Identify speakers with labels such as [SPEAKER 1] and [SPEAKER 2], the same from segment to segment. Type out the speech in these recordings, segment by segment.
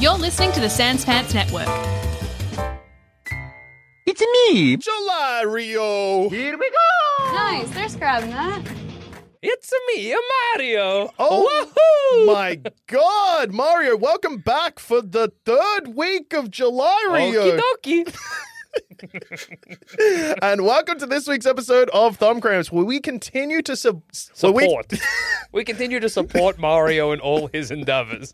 [SPEAKER 1] You're listening to the Sans Pants Network.
[SPEAKER 2] It's me.
[SPEAKER 3] Jolario!
[SPEAKER 2] Here we go.
[SPEAKER 4] Nice, there's grabbing that.
[SPEAKER 2] It's me, Mario.
[SPEAKER 3] Oh my god, Mario, welcome back for the third week of Jolario.
[SPEAKER 2] Okie dokie.
[SPEAKER 3] and welcome to this week's episode of Thumb Cramps, where we continue to sub- where we-
[SPEAKER 2] Support. we continue to support Mario in all his endeavors.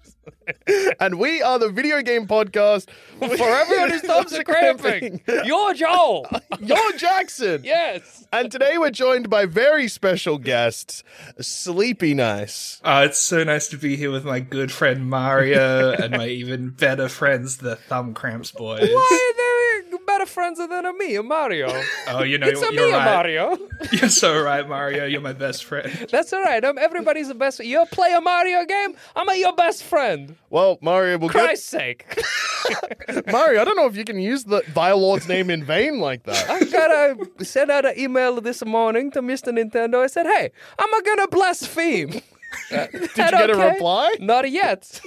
[SPEAKER 3] and we are the video game podcast
[SPEAKER 2] For everyone whose thumbs are cramping, you're Joel.
[SPEAKER 3] You're Jackson.
[SPEAKER 2] Yes.
[SPEAKER 3] And today we're joined by very special guests, Sleepy Nice.
[SPEAKER 5] Uh, it's so nice to be here with my good friend Mario and my even better friends, the Thumb Cramps boys.
[SPEAKER 2] Why are they better friends than me, Mario?
[SPEAKER 5] Oh, you know,
[SPEAKER 2] It's
[SPEAKER 5] you're,
[SPEAKER 2] a me,
[SPEAKER 5] right.
[SPEAKER 2] Mario.
[SPEAKER 5] You're so right, Mario. You're my best friend.
[SPEAKER 2] That's all right. I'm everybody's the best. You play a Mario game. I'm a your best friend.
[SPEAKER 3] Well, Mario, we'll get-
[SPEAKER 2] Christ's sake!
[SPEAKER 3] Mario, I don't know if you can use the Violord's name in vain like that.
[SPEAKER 2] I gotta send out an email this morning to Mr. Nintendo. I said, "Hey, I'm gonna blaspheme."
[SPEAKER 3] Did you get a reply?
[SPEAKER 2] Not yet.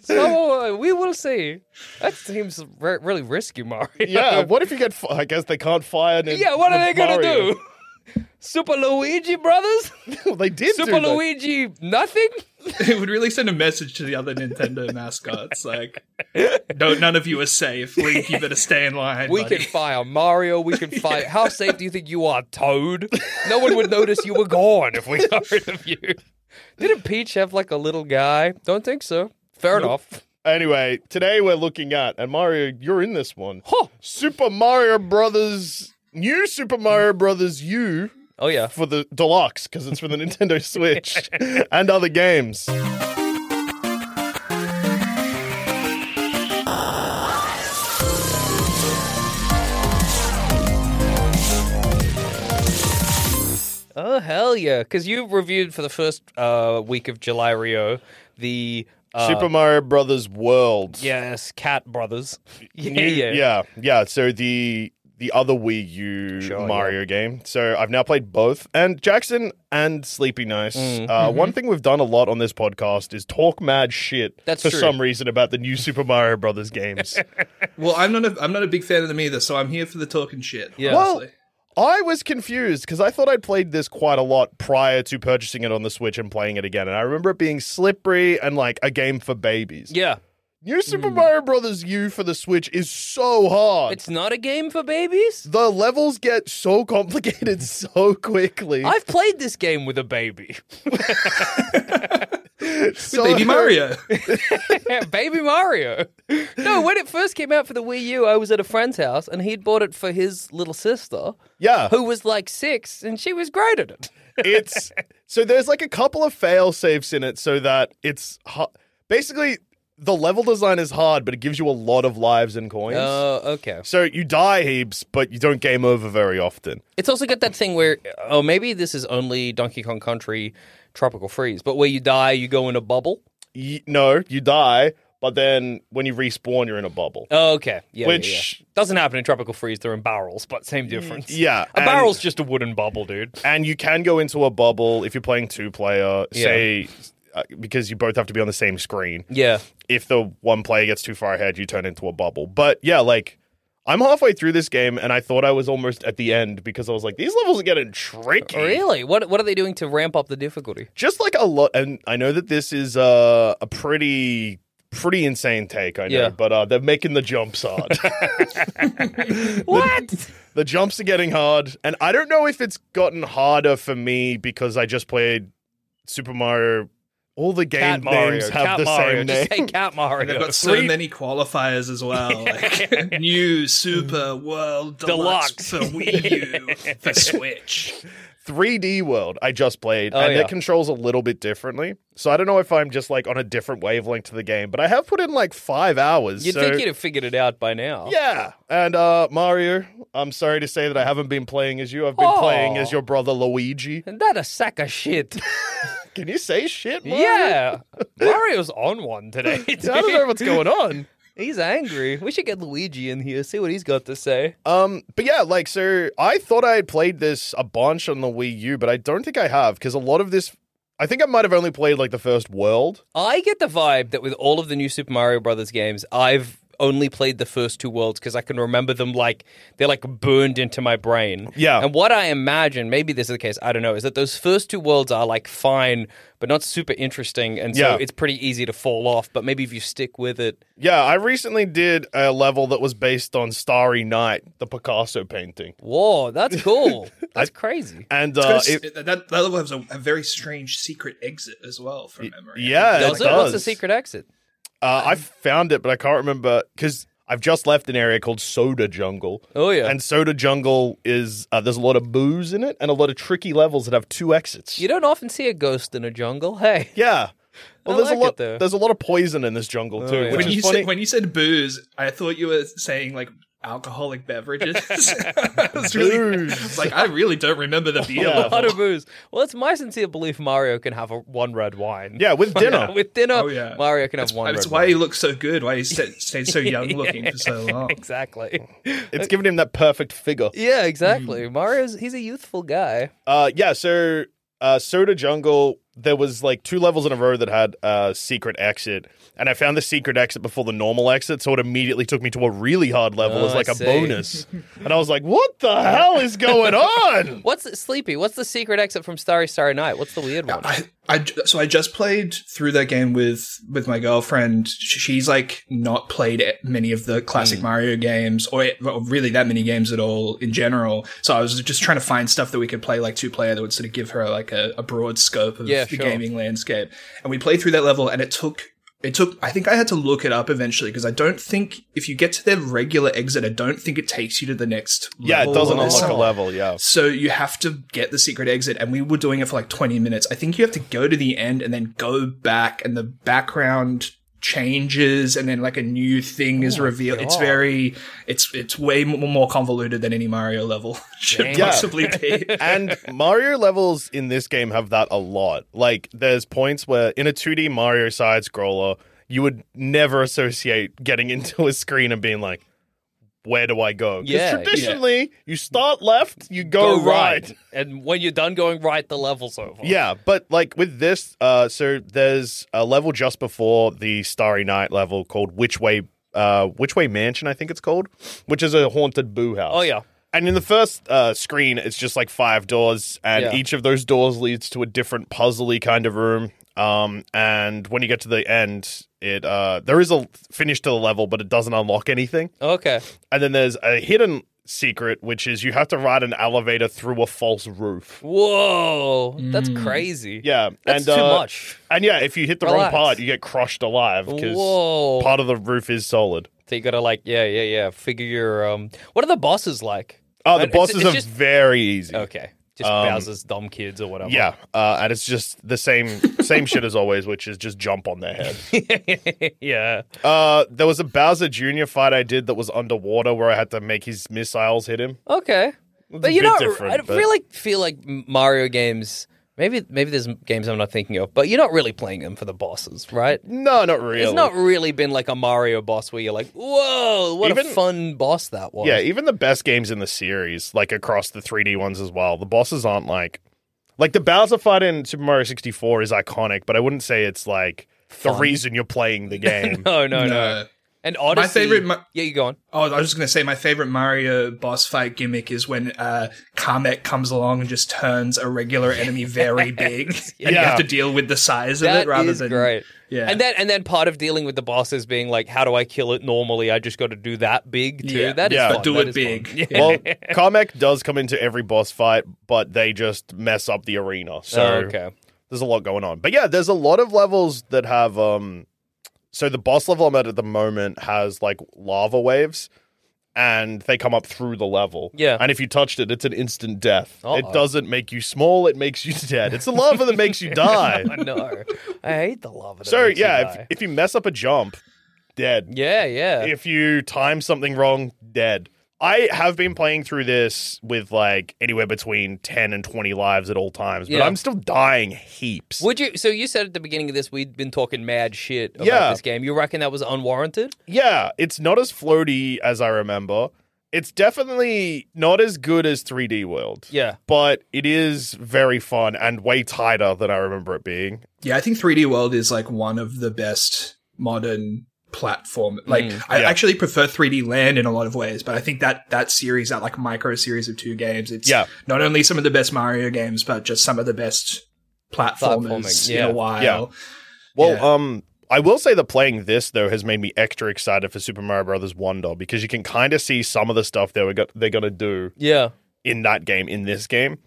[SPEAKER 2] so uh, we will see. That seems re- really risky, Mario.
[SPEAKER 3] Yeah, what if you get? Fi- I guess they can't fire. Nin-
[SPEAKER 2] yeah. What are they gonna
[SPEAKER 3] Mario.
[SPEAKER 2] do? Super Luigi Brothers?
[SPEAKER 3] Well, they did. do
[SPEAKER 2] Super
[SPEAKER 3] that.
[SPEAKER 2] Luigi? Nothing?
[SPEAKER 5] It would really send a message to the other Nintendo mascots, like, no, none of you are safe. Link, you better stay in line.
[SPEAKER 2] We
[SPEAKER 5] buddy."
[SPEAKER 2] can fire Mario. We can fire. How safe do you think you are, Toad? No one would notice you were gone if we got rid of you. Didn't Peach have like a little guy? Don't think so. Fair enough.
[SPEAKER 3] Anyway, today we're looking at, and Mario, you're in this one.
[SPEAKER 2] Huh.
[SPEAKER 3] Super Mario Brothers, new Super Mario Brothers U
[SPEAKER 2] Oh yeah.
[SPEAKER 3] for the deluxe because it's for the Nintendo Switch and other games.
[SPEAKER 2] Oh hell yeah! Because you reviewed for the first uh, week of July Rio the uh,
[SPEAKER 3] Super Mario Brothers World.
[SPEAKER 2] yes Cat Brothers. Yeah,
[SPEAKER 3] New-
[SPEAKER 2] yeah,
[SPEAKER 3] yeah, yeah. So the the other Wii U
[SPEAKER 2] Sure,
[SPEAKER 3] Mario game. So I've now played both, and Jackson and Sleepy Nice.
[SPEAKER 2] Mm,
[SPEAKER 3] Uh,
[SPEAKER 2] mm-hmm.
[SPEAKER 3] One thing we've done a lot on this podcast is talk mad shit
[SPEAKER 2] That's
[SPEAKER 3] for
[SPEAKER 2] true.
[SPEAKER 3] some reason about the new Super Mario Brothers games.
[SPEAKER 5] Well, I'm not. A, I'm not a big fan of them either, so I'm here for the talking shit.
[SPEAKER 2] Yeah.
[SPEAKER 3] well,
[SPEAKER 5] honestly.
[SPEAKER 3] I was confused because I thought I'd played this quite a lot prior to purchasing it on the Switch and playing it again, and I remember it being slippery and like a game for babies.
[SPEAKER 2] Yeah. Mm.
[SPEAKER 3] New Super Mario Brothers U for the Switch is so hard.
[SPEAKER 2] It's not a game for babies.
[SPEAKER 3] the levels get so complicated so quickly.
[SPEAKER 2] I've played this game with a baby.
[SPEAKER 3] so,
[SPEAKER 5] Baby Mario.
[SPEAKER 2] Yeah, Baby Mario. No, when it first came out for the Wii U, I was at a friend's house and he'd bought it for his little sister,
[SPEAKER 3] Yeah,
[SPEAKER 2] who was like six, and she was great at it.
[SPEAKER 3] it's so there's like a couple of fail safes in it so that it's hu- basically the level design is hard, but it gives you a lot of lives and coins.
[SPEAKER 2] Oh, okay.
[SPEAKER 3] so you die heaps, but you don't game over very often.
[SPEAKER 2] It's also got that thing where, oh, maybe this is only Donkey Kong Country Tropical Freeze, but where you die, you go in a bubble.
[SPEAKER 3] You, no, you die, but then when you respawn, you're in a bubble.
[SPEAKER 2] Oh, okay. Yeah, yeah,
[SPEAKER 3] Which-
[SPEAKER 2] yeah. doesn't happen in Tropical Freeze. They're in barrels, but same difference.
[SPEAKER 3] yeah,
[SPEAKER 2] a
[SPEAKER 3] and-
[SPEAKER 2] barrel's just a wooden bubble, dude.
[SPEAKER 3] and you can go into a bubble if you're playing two player, say, uh, because you both have to be on the same screen.
[SPEAKER 2] Yeah.
[SPEAKER 3] if the one player gets too far ahead, you turn into a bubble. But yeah, like I'm halfway through this game and I thought I was almost at the end because I was like, these levels are getting tricky.
[SPEAKER 2] Really? What What are they doing to ramp up the difficulty?
[SPEAKER 3] Just like a lot, and I know that this is uh, a pretty, pretty insane take. I know,
[SPEAKER 2] Yeah.
[SPEAKER 3] but uh, they're making the jumps hard.
[SPEAKER 2] What?
[SPEAKER 3] the jumps are getting hard, and I don't know if it's gotten harder for me because I just played Super Mario. All the game
[SPEAKER 2] Cat
[SPEAKER 3] names
[SPEAKER 2] Mario.
[SPEAKER 3] have
[SPEAKER 2] Cat
[SPEAKER 3] the
[SPEAKER 2] Mario.
[SPEAKER 3] same name.
[SPEAKER 2] Just say Cat Mario.
[SPEAKER 5] They've got so many qualifiers as well. Like new Super World Deluxe,
[SPEAKER 2] Deluxe.
[SPEAKER 5] for Wii U for Switch.
[SPEAKER 3] 3D World I just played,
[SPEAKER 2] Oh,
[SPEAKER 3] and
[SPEAKER 2] yeah.
[SPEAKER 3] it controls a little bit differently. So I don't know if I'm just like on a different wavelength to the game, but I have put in like five hours.
[SPEAKER 2] You'd
[SPEAKER 3] so-
[SPEAKER 2] think you'd have figured it out by now.
[SPEAKER 3] yeah, and uh, Mario, I'm sorry to say that I haven't been playing as you. I've been
[SPEAKER 2] Aw.
[SPEAKER 3] playing as your brother Luigi.
[SPEAKER 2] Isn't that a sack of shit?
[SPEAKER 3] Can you say shit? Mario?
[SPEAKER 2] yeah. Mario's on one today.
[SPEAKER 3] I don't know what's going
[SPEAKER 2] on. He's angry. We should get Luigi in here, see what he's got to say.
[SPEAKER 3] Um, but yeah, like so, I thought I had played this a bunch on the Wii U, but I don't think I have because a lot of this, I think I might have only played like the first world.
[SPEAKER 2] I get the vibe that with all of the new Super Mario Brothers games, I've only played the first two worlds because I can remember them like they're like burned into my brain.
[SPEAKER 3] Yeah.
[SPEAKER 2] And what I imagine, maybe this is the case, I don't know, is that those first two worlds are like fine, but not super interesting. And so
[SPEAKER 3] Yeah.
[SPEAKER 2] it's pretty easy to fall off. But maybe if you stick with it,
[SPEAKER 3] Yeah, I recently did a level that was based on Starry Night, the Picasso painting.
[SPEAKER 2] whoa, that's cool. that's crazy.
[SPEAKER 3] And uh, it,
[SPEAKER 5] that, that level has a, a very strange secret exit as well, from memory.
[SPEAKER 3] yeah, it
[SPEAKER 2] Does it? What's the
[SPEAKER 3] does.
[SPEAKER 2] secret exit?
[SPEAKER 3] uh, I found it, but I can't remember because I've just left an area called Soda Jungle.
[SPEAKER 2] Oh, yeah.
[SPEAKER 3] And Soda Jungle is uh, there's a lot of booze in it and a lot of tricky levels that have two exits.
[SPEAKER 2] You don't often see a ghost in a jungle. Hey.
[SPEAKER 3] yeah. Well,
[SPEAKER 2] I
[SPEAKER 3] there's
[SPEAKER 2] like
[SPEAKER 3] a
[SPEAKER 2] it,
[SPEAKER 3] lot.
[SPEAKER 2] though. Oh,
[SPEAKER 3] There's a lot of poison in this jungle too,
[SPEAKER 2] yeah.
[SPEAKER 3] which
[SPEAKER 5] When
[SPEAKER 3] is
[SPEAKER 5] you
[SPEAKER 3] funny.
[SPEAKER 5] said, when you said booze, I thought you were saying like alcoholic beverages. I was really,
[SPEAKER 3] Booze.
[SPEAKER 5] like I really don't remember the beer.
[SPEAKER 3] Yeah.
[SPEAKER 2] A lot
[SPEAKER 5] level.
[SPEAKER 2] of booze. Well, it's my sincere belief Mario can have a one red wine.
[SPEAKER 3] yeah, with dinner.
[SPEAKER 2] With dinner,
[SPEAKER 5] Oh, yeah.
[SPEAKER 2] Mario can have one
[SPEAKER 5] That's
[SPEAKER 2] red
[SPEAKER 5] why
[SPEAKER 2] wine.
[SPEAKER 5] he looks so good. Why he sta- stayed so young looking for so long.
[SPEAKER 2] Exactly.
[SPEAKER 3] it's giving him that perfect figure.
[SPEAKER 2] Yeah, exactly.
[SPEAKER 5] Mm.
[SPEAKER 2] Mario's he's a youthful guy.
[SPEAKER 3] Uh, yeah, so uh, Soda Jungle, there was like two levels in a row that had a uh, secret exit, and I found the secret exit before the normal exit, so it immediately took me to a really hard level
[SPEAKER 2] Oh,
[SPEAKER 3] as
[SPEAKER 2] I
[SPEAKER 3] like a
[SPEAKER 2] see.
[SPEAKER 3] bonus, and I was like, "What the hell is going on?"
[SPEAKER 2] What's Sleepy? What's the secret exit from Starry Starry Night? What's the weird one?
[SPEAKER 5] I, I ju- so I just played through that game with with my girlfriend. Sh- She's like not played it- many of the classic
[SPEAKER 2] Hmm.
[SPEAKER 5] Mario games or, it- or really that many games at all in general. So I was just trying to find stuff that we could play like two player that would sort of give her like a, a broad scope of
[SPEAKER 2] Yeah,
[SPEAKER 5] the
[SPEAKER 2] sure.
[SPEAKER 5] gaming landscape. And we played through that level, and it took. It took. I think I had to look it up eventually because I don't think if you get to their regular exit, I don't think it takes you to the next.
[SPEAKER 3] Yeah, it
[SPEAKER 5] level
[SPEAKER 3] doesn't
[SPEAKER 5] or
[SPEAKER 3] unlock a
[SPEAKER 5] something.
[SPEAKER 3] level. Yeah,
[SPEAKER 5] So you have to get the secret exit, and we were doing it for like 20 minutes. I think you have to go to the end and then go back, and the background changes, and then like a new thing is revealed. It's
[SPEAKER 2] Oh God.
[SPEAKER 5] very, it's it's way m- more convoluted than any Mario level should
[SPEAKER 2] Dang.
[SPEAKER 3] Yeah.
[SPEAKER 5] possibly be.
[SPEAKER 3] and Mario levels in this game have that a lot. Like, there's points where in a 2D Mario side scroller, you would never associate getting into a screen and being like, "Where do I go?" 'Cause
[SPEAKER 2] Yeah,
[SPEAKER 3] traditionally, you start left, you go, Oh, right.
[SPEAKER 2] And when you're done going right, the level's over.
[SPEAKER 3] Yeah, but like with this, uh, so there's a level just before the Starry Night level called Which Way, uh, Which Way Mansion, I think it's called, which is a haunted boo house.
[SPEAKER 2] Oh, yeah.
[SPEAKER 3] And in the first uh, screen, it's just like five doors, and
[SPEAKER 2] Yeah.
[SPEAKER 3] each of those doors leads to a different puzzly kind of room. Um, and when you get to the end, it uh, there is a finish to the level, but it doesn't unlock anything.
[SPEAKER 2] Okay.
[SPEAKER 3] And then there's a hidden secret, which is you have to ride an elevator through a false roof.
[SPEAKER 2] Whoa. That's
[SPEAKER 5] Mm.
[SPEAKER 2] crazy.
[SPEAKER 3] Yeah,
[SPEAKER 2] That's
[SPEAKER 3] and,
[SPEAKER 2] too
[SPEAKER 3] uh,
[SPEAKER 2] much.
[SPEAKER 3] And yeah, if you hit the
[SPEAKER 2] Relax.
[SPEAKER 3] wrong part, you get crushed alive
[SPEAKER 2] Whoa.
[SPEAKER 3] because part of the roof is solid.
[SPEAKER 2] So you gotta like, yeah, yeah, yeah. Figure your um. What are the bosses like?
[SPEAKER 3] Oh, the
[SPEAKER 2] But it's-
[SPEAKER 3] bosses
[SPEAKER 2] it's
[SPEAKER 3] are
[SPEAKER 2] just-
[SPEAKER 3] very easy.
[SPEAKER 2] okay. Just Bowser's dumb kids or whatever.
[SPEAKER 3] Yeah, uh, and it's just the same same shit as always, which is just jump on their head.
[SPEAKER 2] yeah.
[SPEAKER 3] Uh, there was a Bowser Jr. fight I did that was underwater where I had to make his missiles hit him.
[SPEAKER 2] Okay. But you
[SPEAKER 3] bit
[SPEAKER 2] know,
[SPEAKER 3] different,
[SPEAKER 2] I
[SPEAKER 3] but-
[SPEAKER 2] feel like feel like Mario games. Maybe maybe there's games I'm not thinking of, but you're not really playing them for the bosses, right?
[SPEAKER 3] No, not really.
[SPEAKER 2] It's not really been like a Mario boss where you're like, whoa, what a
[SPEAKER 3] Even-
[SPEAKER 2] fun boss that was.
[SPEAKER 3] Yeah, even the best games in the series, like across the 3D ones as well, the bosses aren't like like the Bowser fight in Super Mario 64 is iconic, but I wouldn't say it's like the reason you're playing the game.
[SPEAKER 2] No, no, no.
[SPEAKER 5] No.
[SPEAKER 2] And Odyssey.
[SPEAKER 5] favorite ma-
[SPEAKER 2] yeah, you go on.
[SPEAKER 5] Oh, I was just gonna say my favorite Mario boss fight gimmick is when uh, Kamek comes along and just turns a regular enemy very big, and you
[SPEAKER 3] Yeah.
[SPEAKER 5] have to deal with the size of
[SPEAKER 2] That
[SPEAKER 5] it rather
[SPEAKER 2] is
[SPEAKER 5] than
[SPEAKER 2] great.
[SPEAKER 5] Yeah.
[SPEAKER 2] And then and then part of dealing with the boss is being like, how do I kill it normally? I just got to do that big too.
[SPEAKER 5] Yeah.
[SPEAKER 2] That is
[SPEAKER 3] Yeah.
[SPEAKER 2] fun.
[SPEAKER 3] But
[SPEAKER 5] do it
[SPEAKER 2] That is fun.
[SPEAKER 5] big.
[SPEAKER 2] Yeah.
[SPEAKER 3] well, Carmack does come into every boss fight, but they just mess up the arena. So
[SPEAKER 2] Oh, okay.
[SPEAKER 3] there's a lot going on. But yeah, there's a lot of levels that have um so the boss level I'm at at the moment has like lava waves and they come up through the level.
[SPEAKER 2] Yeah.
[SPEAKER 3] And if you touched it, it's an instant death.
[SPEAKER 2] Uh-oh.
[SPEAKER 3] It doesn't make you small, it makes you dead. It's the lava that makes you die.
[SPEAKER 2] I know. I hate the lava. that
[SPEAKER 3] so
[SPEAKER 2] makes you
[SPEAKER 3] yeah,
[SPEAKER 2] die.
[SPEAKER 3] if, if you mess up a jump, dead.
[SPEAKER 2] yeah, yeah.
[SPEAKER 3] If you time something wrong, dead. I have been playing through this with like anywhere between 10 and 20 lives at all times, but
[SPEAKER 2] Yeah.
[SPEAKER 3] I'm still dying heaps.
[SPEAKER 2] Would you? So you said at the beginning of this we'd been talking mad shit about
[SPEAKER 3] Yeah.
[SPEAKER 2] this game. You reckon that was unwarranted?
[SPEAKER 3] Yeah, it's not as floaty as I remember. It's definitely not as good as 3D World.
[SPEAKER 2] Yeah.
[SPEAKER 3] But it is very fun and way tighter than I remember it being.
[SPEAKER 5] Yeah, I think 3D World is like one of the best modern platform. Like, I
[SPEAKER 3] Mm, yeah.
[SPEAKER 5] actually prefer 3D Land in a lot of ways, but I think that that series, that like micro series of two games, it's
[SPEAKER 3] Yeah.
[SPEAKER 5] not only some of the best Mario games, but just some of the best platformers
[SPEAKER 2] Platforming,
[SPEAKER 5] in
[SPEAKER 2] yeah,
[SPEAKER 5] a while.
[SPEAKER 3] yeah. Well,
[SPEAKER 5] Yeah.
[SPEAKER 3] um, I will say that playing this though has made me extra excited for Super Mario Brothers Wonder because you can kind of see some of the stuff they were go- they're gonna do
[SPEAKER 2] Yeah.
[SPEAKER 3] in that game in this game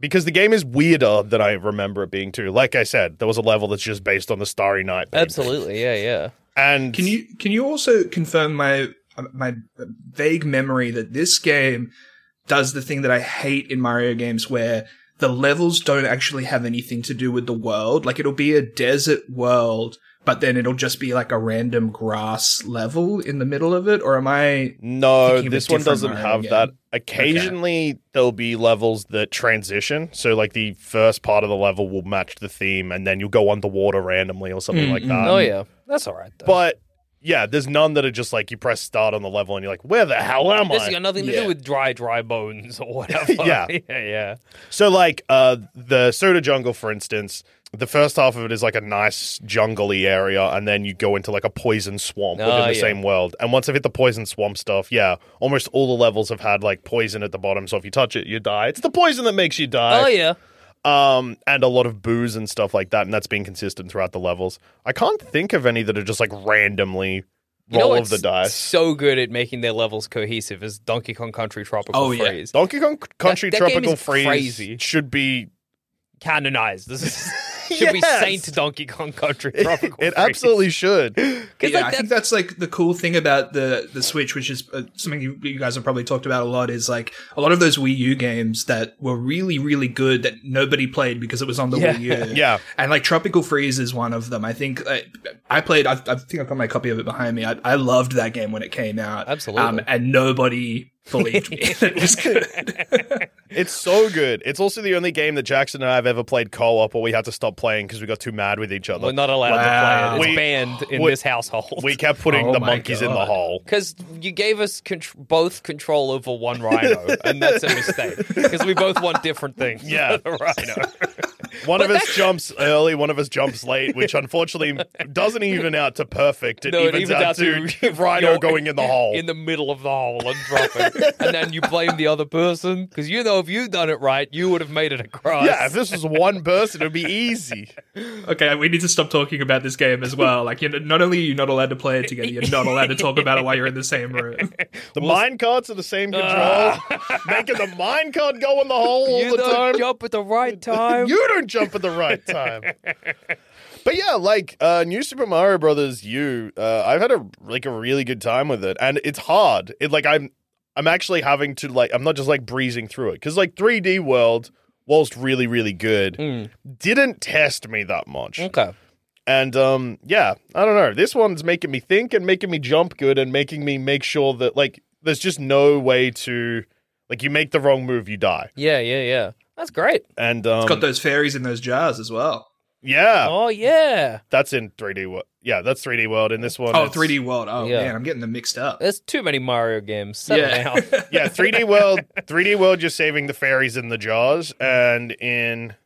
[SPEAKER 3] because the game is weirder than I remember it being too. Like I said, there was a level that's just based on the Starry Night. thing.
[SPEAKER 2] Absolutely. Yeah. Yeah.
[SPEAKER 3] And
[SPEAKER 5] Can you can you also confirm my my vague memory that this game does the thing that I hate in Mario games where the levels don't actually have anything to do with the world. Like it'll be a desert world, but then it'll just be like a random grass level in the middle of it. Or am I?
[SPEAKER 3] No,
[SPEAKER 5] thinking of a
[SPEAKER 3] this one
[SPEAKER 5] different
[SPEAKER 3] doesn't
[SPEAKER 5] Mario
[SPEAKER 3] have
[SPEAKER 5] game.
[SPEAKER 3] that. Occasionally, there'll be levels that transition. So, like the first part of the level will match the theme, and then you'll go underwater randomly or something
[SPEAKER 5] Mm-hmm.
[SPEAKER 3] like that.
[SPEAKER 2] oh yeah. That's all right. Though.
[SPEAKER 3] But yeah, there's none that are just like you press start on the level and you're like, where the hell am
[SPEAKER 2] this
[SPEAKER 3] I?
[SPEAKER 2] has got nothing to
[SPEAKER 5] Yeah.
[SPEAKER 2] do with dry, dry bones or whatever.
[SPEAKER 3] Yeah.
[SPEAKER 2] yeah. Yeah.
[SPEAKER 3] So, like uh, the Soda Jungle, for instance, the first half of it is like a nice jungly area, and then you go into like a poison swamp
[SPEAKER 2] Oh,
[SPEAKER 3] within the
[SPEAKER 2] yeah.
[SPEAKER 3] same world. And once I've hit the poison swamp stuff, yeah, almost all the levels have had like poison at the bottom. So if you touch it, you die. It's the poison that makes you
[SPEAKER 2] Oh
[SPEAKER 3] die.
[SPEAKER 2] yeah.
[SPEAKER 3] Um, and a lot of booze and stuff like that, and that's been consistent throughout the levels. I can't think of any that are just like randomly
[SPEAKER 2] You
[SPEAKER 3] roll
[SPEAKER 2] know
[SPEAKER 3] of the
[SPEAKER 2] what's
[SPEAKER 3] dice.
[SPEAKER 2] So good at making their levels cohesive is Donkey Kong Country Tropical
[SPEAKER 5] Oh, yeah.
[SPEAKER 2] Freeze.
[SPEAKER 3] Donkey Kong Country
[SPEAKER 2] that game
[SPEAKER 3] Tropical
[SPEAKER 2] is
[SPEAKER 3] Freeze
[SPEAKER 2] crazy.
[SPEAKER 3] should be
[SPEAKER 2] Canonized. This is, should be
[SPEAKER 3] Yes.
[SPEAKER 2] Saint Donkey Kong Country Tropical
[SPEAKER 3] it
[SPEAKER 2] Freeze.
[SPEAKER 3] absolutely should.
[SPEAKER 2] 'Cause,
[SPEAKER 5] yeah,
[SPEAKER 2] like,
[SPEAKER 5] I
[SPEAKER 2] that's-
[SPEAKER 5] think that's like the cool thing about the the Switch, which is uh, something you, you guys have probably talked about a lot. Is like a lot of those Wii U games that were really really good that nobody played because it was on the
[SPEAKER 2] Yeah.
[SPEAKER 5] Wii U.
[SPEAKER 3] Yeah.
[SPEAKER 5] and like Tropical Freeze is one of them. I think I, I played. I, I think I've got my copy of it behind me. I, I loved that game when it came out. um,
[SPEAKER 2] Absolutely.
[SPEAKER 5] and nobody believed me that it was good.
[SPEAKER 3] It's so good. It's also the only game that Jackson and I have ever played co-op, or we had to stop playing because we got too mad with each other.
[SPEAKER 2] We're not allowed
[SPEAKER 5] Wow.
[SPEAKER 2] to play it. It's
[SPEAKER 3] We-
[SPEAKER 2] banned in
[SPEAKER 3] we-
[SPEAKER 2] this household.
[SPEAKER 3] we kept putting
[SPEAKER 5] Oh
[SPEAKER 3] the
[SPEAKER 5] my
[SPEAKER 3] monkeys in the
[SPEAKER 5] God.
[SPEAKER 3] hole.
[SPEAKER 2] Because you gave us contr both control over one rhino, and that's a mistake. Because we both want different things.
[SPEAKER 3] Yeah.
[SPEAKER 2] the rhino.
[SPEAKER 3] One of us jumps early, one of us jumps late, which unfortunately doesn't even out to perfect. It,
[SPEAKER 2] No,
[SPEAKER 3] evens, out, to Rhino
[SPEAKER 2] you're
[SPEAKER 3] going in the hole.
[SPEAKER 2] In the middle of the hole and dropping. and then you blame the other person. Because you know, if you'd done it right, you would have made it across.
[SPEAKER 3] yeah, if this was one person, it'd be easy.
[SPEAKER 5] okay, we need to stop talking about this game as well. Like, you're, not only are you not allowed to play it together, you're not allowed to talk about it while you're in the same room.
[SPEAKER 3] The mine carts are the same control, making the mine cart go in the hole all
[SPEAKER 2] you
[SPEAKER 3] the
[SPEAKER 2] don't
[SPEAKER 3] time.
[SPEAKER 2] jump at the right time.
[SPEAKER 3] You don't jump at the right time. But yeah, like uh, New Super Mario Brothers U, uh, I've had a like a really good time with it, and it's hard. It like I'm I'm actually having to like I'm not just like breezing through it because like 3D World, whilst really really good, didn't test me that much.
[SPEAKER 2] okay.
[SPEAKER 3] And um, yeah, I don't know. This one's making me think and making me jump good and making me make sure that like there's just no way to like you make the wrong move, you die.
[SPEAKER 2] Yeah, yeah, yeah. That's great.
[SPEAKER 3] And um,
[SPEAKER 5] It's got those fairies in those jars as well.
[SPEAKER 3] yeah,
[SPEAKER 2] Oh, yeah.
[SPEAKER 3] That's in 3D world. Yeah, that's 3D world in this one.
[SPEAKER 5] Oh,
[SPEAKER 3] it's-
[SPEAKER 5] 3D World. Oh,
[SPEAKER 2] Yeah.
[SPEAKER 5] man, I'm getting them mixed up.
[SPEAKER 2] There's too many Mario games. Settle
[SPEAKER 5] Yeah.
[SPEAKER 2] down.
[SPEAKER 3] Yeah, 3D world. 3D world. You're saving the fairies in the jaws, and in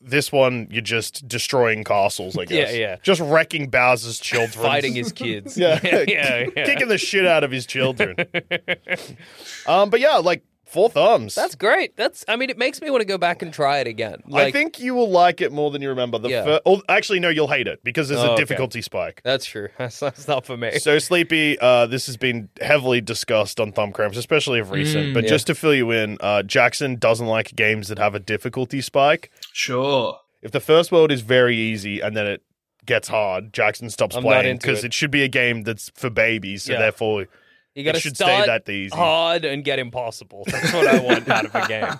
[SPEAKER 3] This one, you're just destroying castles, I guess.
[SPEAKER 2] yeah.
[SPEAKER 3] Just wrecking Bowser's children.
[SPEAKER 2] Fighting his kids.
[SPEAKER 3] Yeah,
[SPEAKER 2] yeah, yeah.
[SPEAKER 3] kicking the shit out of his children. um, but yeah, like four thumbs.
[SPEAKER 2] That's great. That's. I mean, it makes me want to go back and try it again.
[SPEAKER 3] I
[SPEAKER 2] Like,
[SPEAKER 3] think you will like it more than you remember. The
[SPEAKER 2] Yeah.
[SPEAKER 3] fir- oh, actually, no, you'll hate it because there's a
[SPEAKER 2] Oh, okay.
[SPEAKER 3] difficulty spike.
[SPEAKER 2] that's true. That's, that's not for me.
[SPEAKER 3] So sleepy. Uh, this has been heavily discussed on thumb cramps, especially of recent. but
[SPEAKER 2] Mm, yeah.
[SPEAKER 3] just to fill you in, uh, Jackson doesn't like games that have a difficulty spike.
[SPEAKER 5] Sure.
[SPEAKER 3] If the first world is very easy and then it gets hard, Jackson stops
[SPEAKER 2] I'm not
[SPEAKER 3] playing
[SPEAKER 2] into
[SPEAKER 3] because
[SPEAKER 2] it.
[SPEAKER 3] it. should be a game that's for babies. So
[SPEAKER 2] Yeah.
[SPEAKER 3] therefore,
[SPEAKER 2] you gotta
[SPEAKER 3] it should
[SPEAKER 2] start
[SPEAKER 3] stay that easy.
[SPEAKER 2] hard and get impossible. That's what I want out of a game.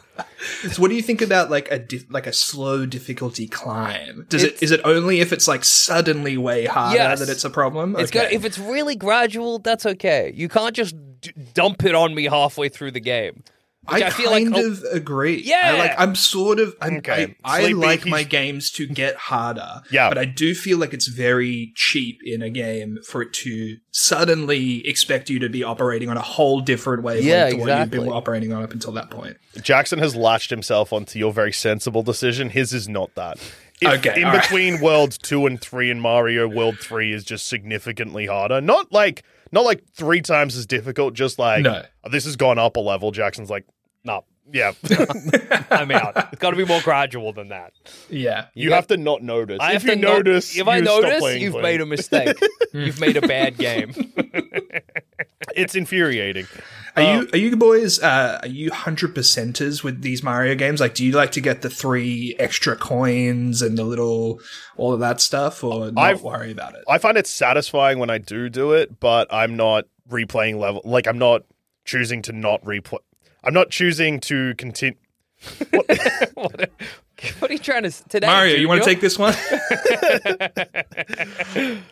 [SPEAKER 5] So what do you think about like a di- like a slow difficulty climb? Does it is it only if it's like suddenly way harder
[SPEAKER 2] Yes.
[SPEAKER 5] that it's a problem?
[SPEAKER 2] It's
[SPEAKER 5] Okay.
[SPEAKER 2] got, if it's really gradual, that's okay. You can't just d- dump it on me halfway through the game.
[SPEAKER 5] I,
[SPEAKER 2] I feel like-
[SPEAKER 5] kind of agree.
[SPEAKER 2] Yeah.
[SPEAKER 5] I like I'm sort of I'm,
[SPEAKER 3] Okay.
[SPEAKER 5] I, I
[SPEAKER 3] Sleepy,
[SPEAKER 5] like my
[SPEAKER 3] he's-
[SPEAKER 5] games to get harder.
[SPEAKER 3] Yeah.
[SPEAKER 5] but I do feel like it's very cheap in a game for it to suddenly expect you to be operating on a whole different wavelength
[SPEAKER 2] Yeah,
[SPEAKER 5] to what you've been
[SPEAKER 2] exactly.
[SPEAKER 5] operating on up until that point.
[SPEAKER 3] Jackson has latched himself onto your very sensible decision. His is not that. If
[SPEAKER 5] Okay,
[SPEAKER 3] in
[SPEAKER 5] all right.
[SPEAKER 3] between worlds two and three in Mario, world three is just significantly harder. Not like not like three times as difficult, just like
[SPEAKER 5] No.
[SPEAKER 3] "Oh, this has gone up a level. Jackson's like, nah, yeah.
[SPEAKER 2] I'm out. It's got to be more gradual than that.
[SPEAKER 5] Yeah,
[SPEAKER 3] you have to not notice.
[SPEAKER 2] I
[SPEAKER 3] if
[SPEAKER 2] have
[SPEAKER 3] you
[SPEAKER 2] to not-
[SPEAKER 3] notice,
[SPEAKER 2] if I
[SPEAKER 3] you stop
[SPEAKER 2] notice,
[SPEAKER 3] playing,
[SPEAKER 2] you've
[SPEAKER 3] please.
[SPEAKER 2] made a mistake. you've made a bad game.
[SPEAKER 3] it's infuriating.
[SPEAKER 5] Are you are you boys uh, are you hundred percenters with these Mario games? Like, do you like to get the three extra coins and the little all of that stuff, or not
[SPEAKER 3] I've-
[SPEAKER 5] worry about it?
[SPEAKER 3] I find it satisfying when I do do it, but I'm not replaying level. Like I'm not choosing to not replay. I'm not choosing to continue.
[SPEAKER 2] what, what are you trying to s- today?
[SPEAKER 5] Mario, you want to
[SPEAKER 2] Junior?
[SPEAKER 5] take this one?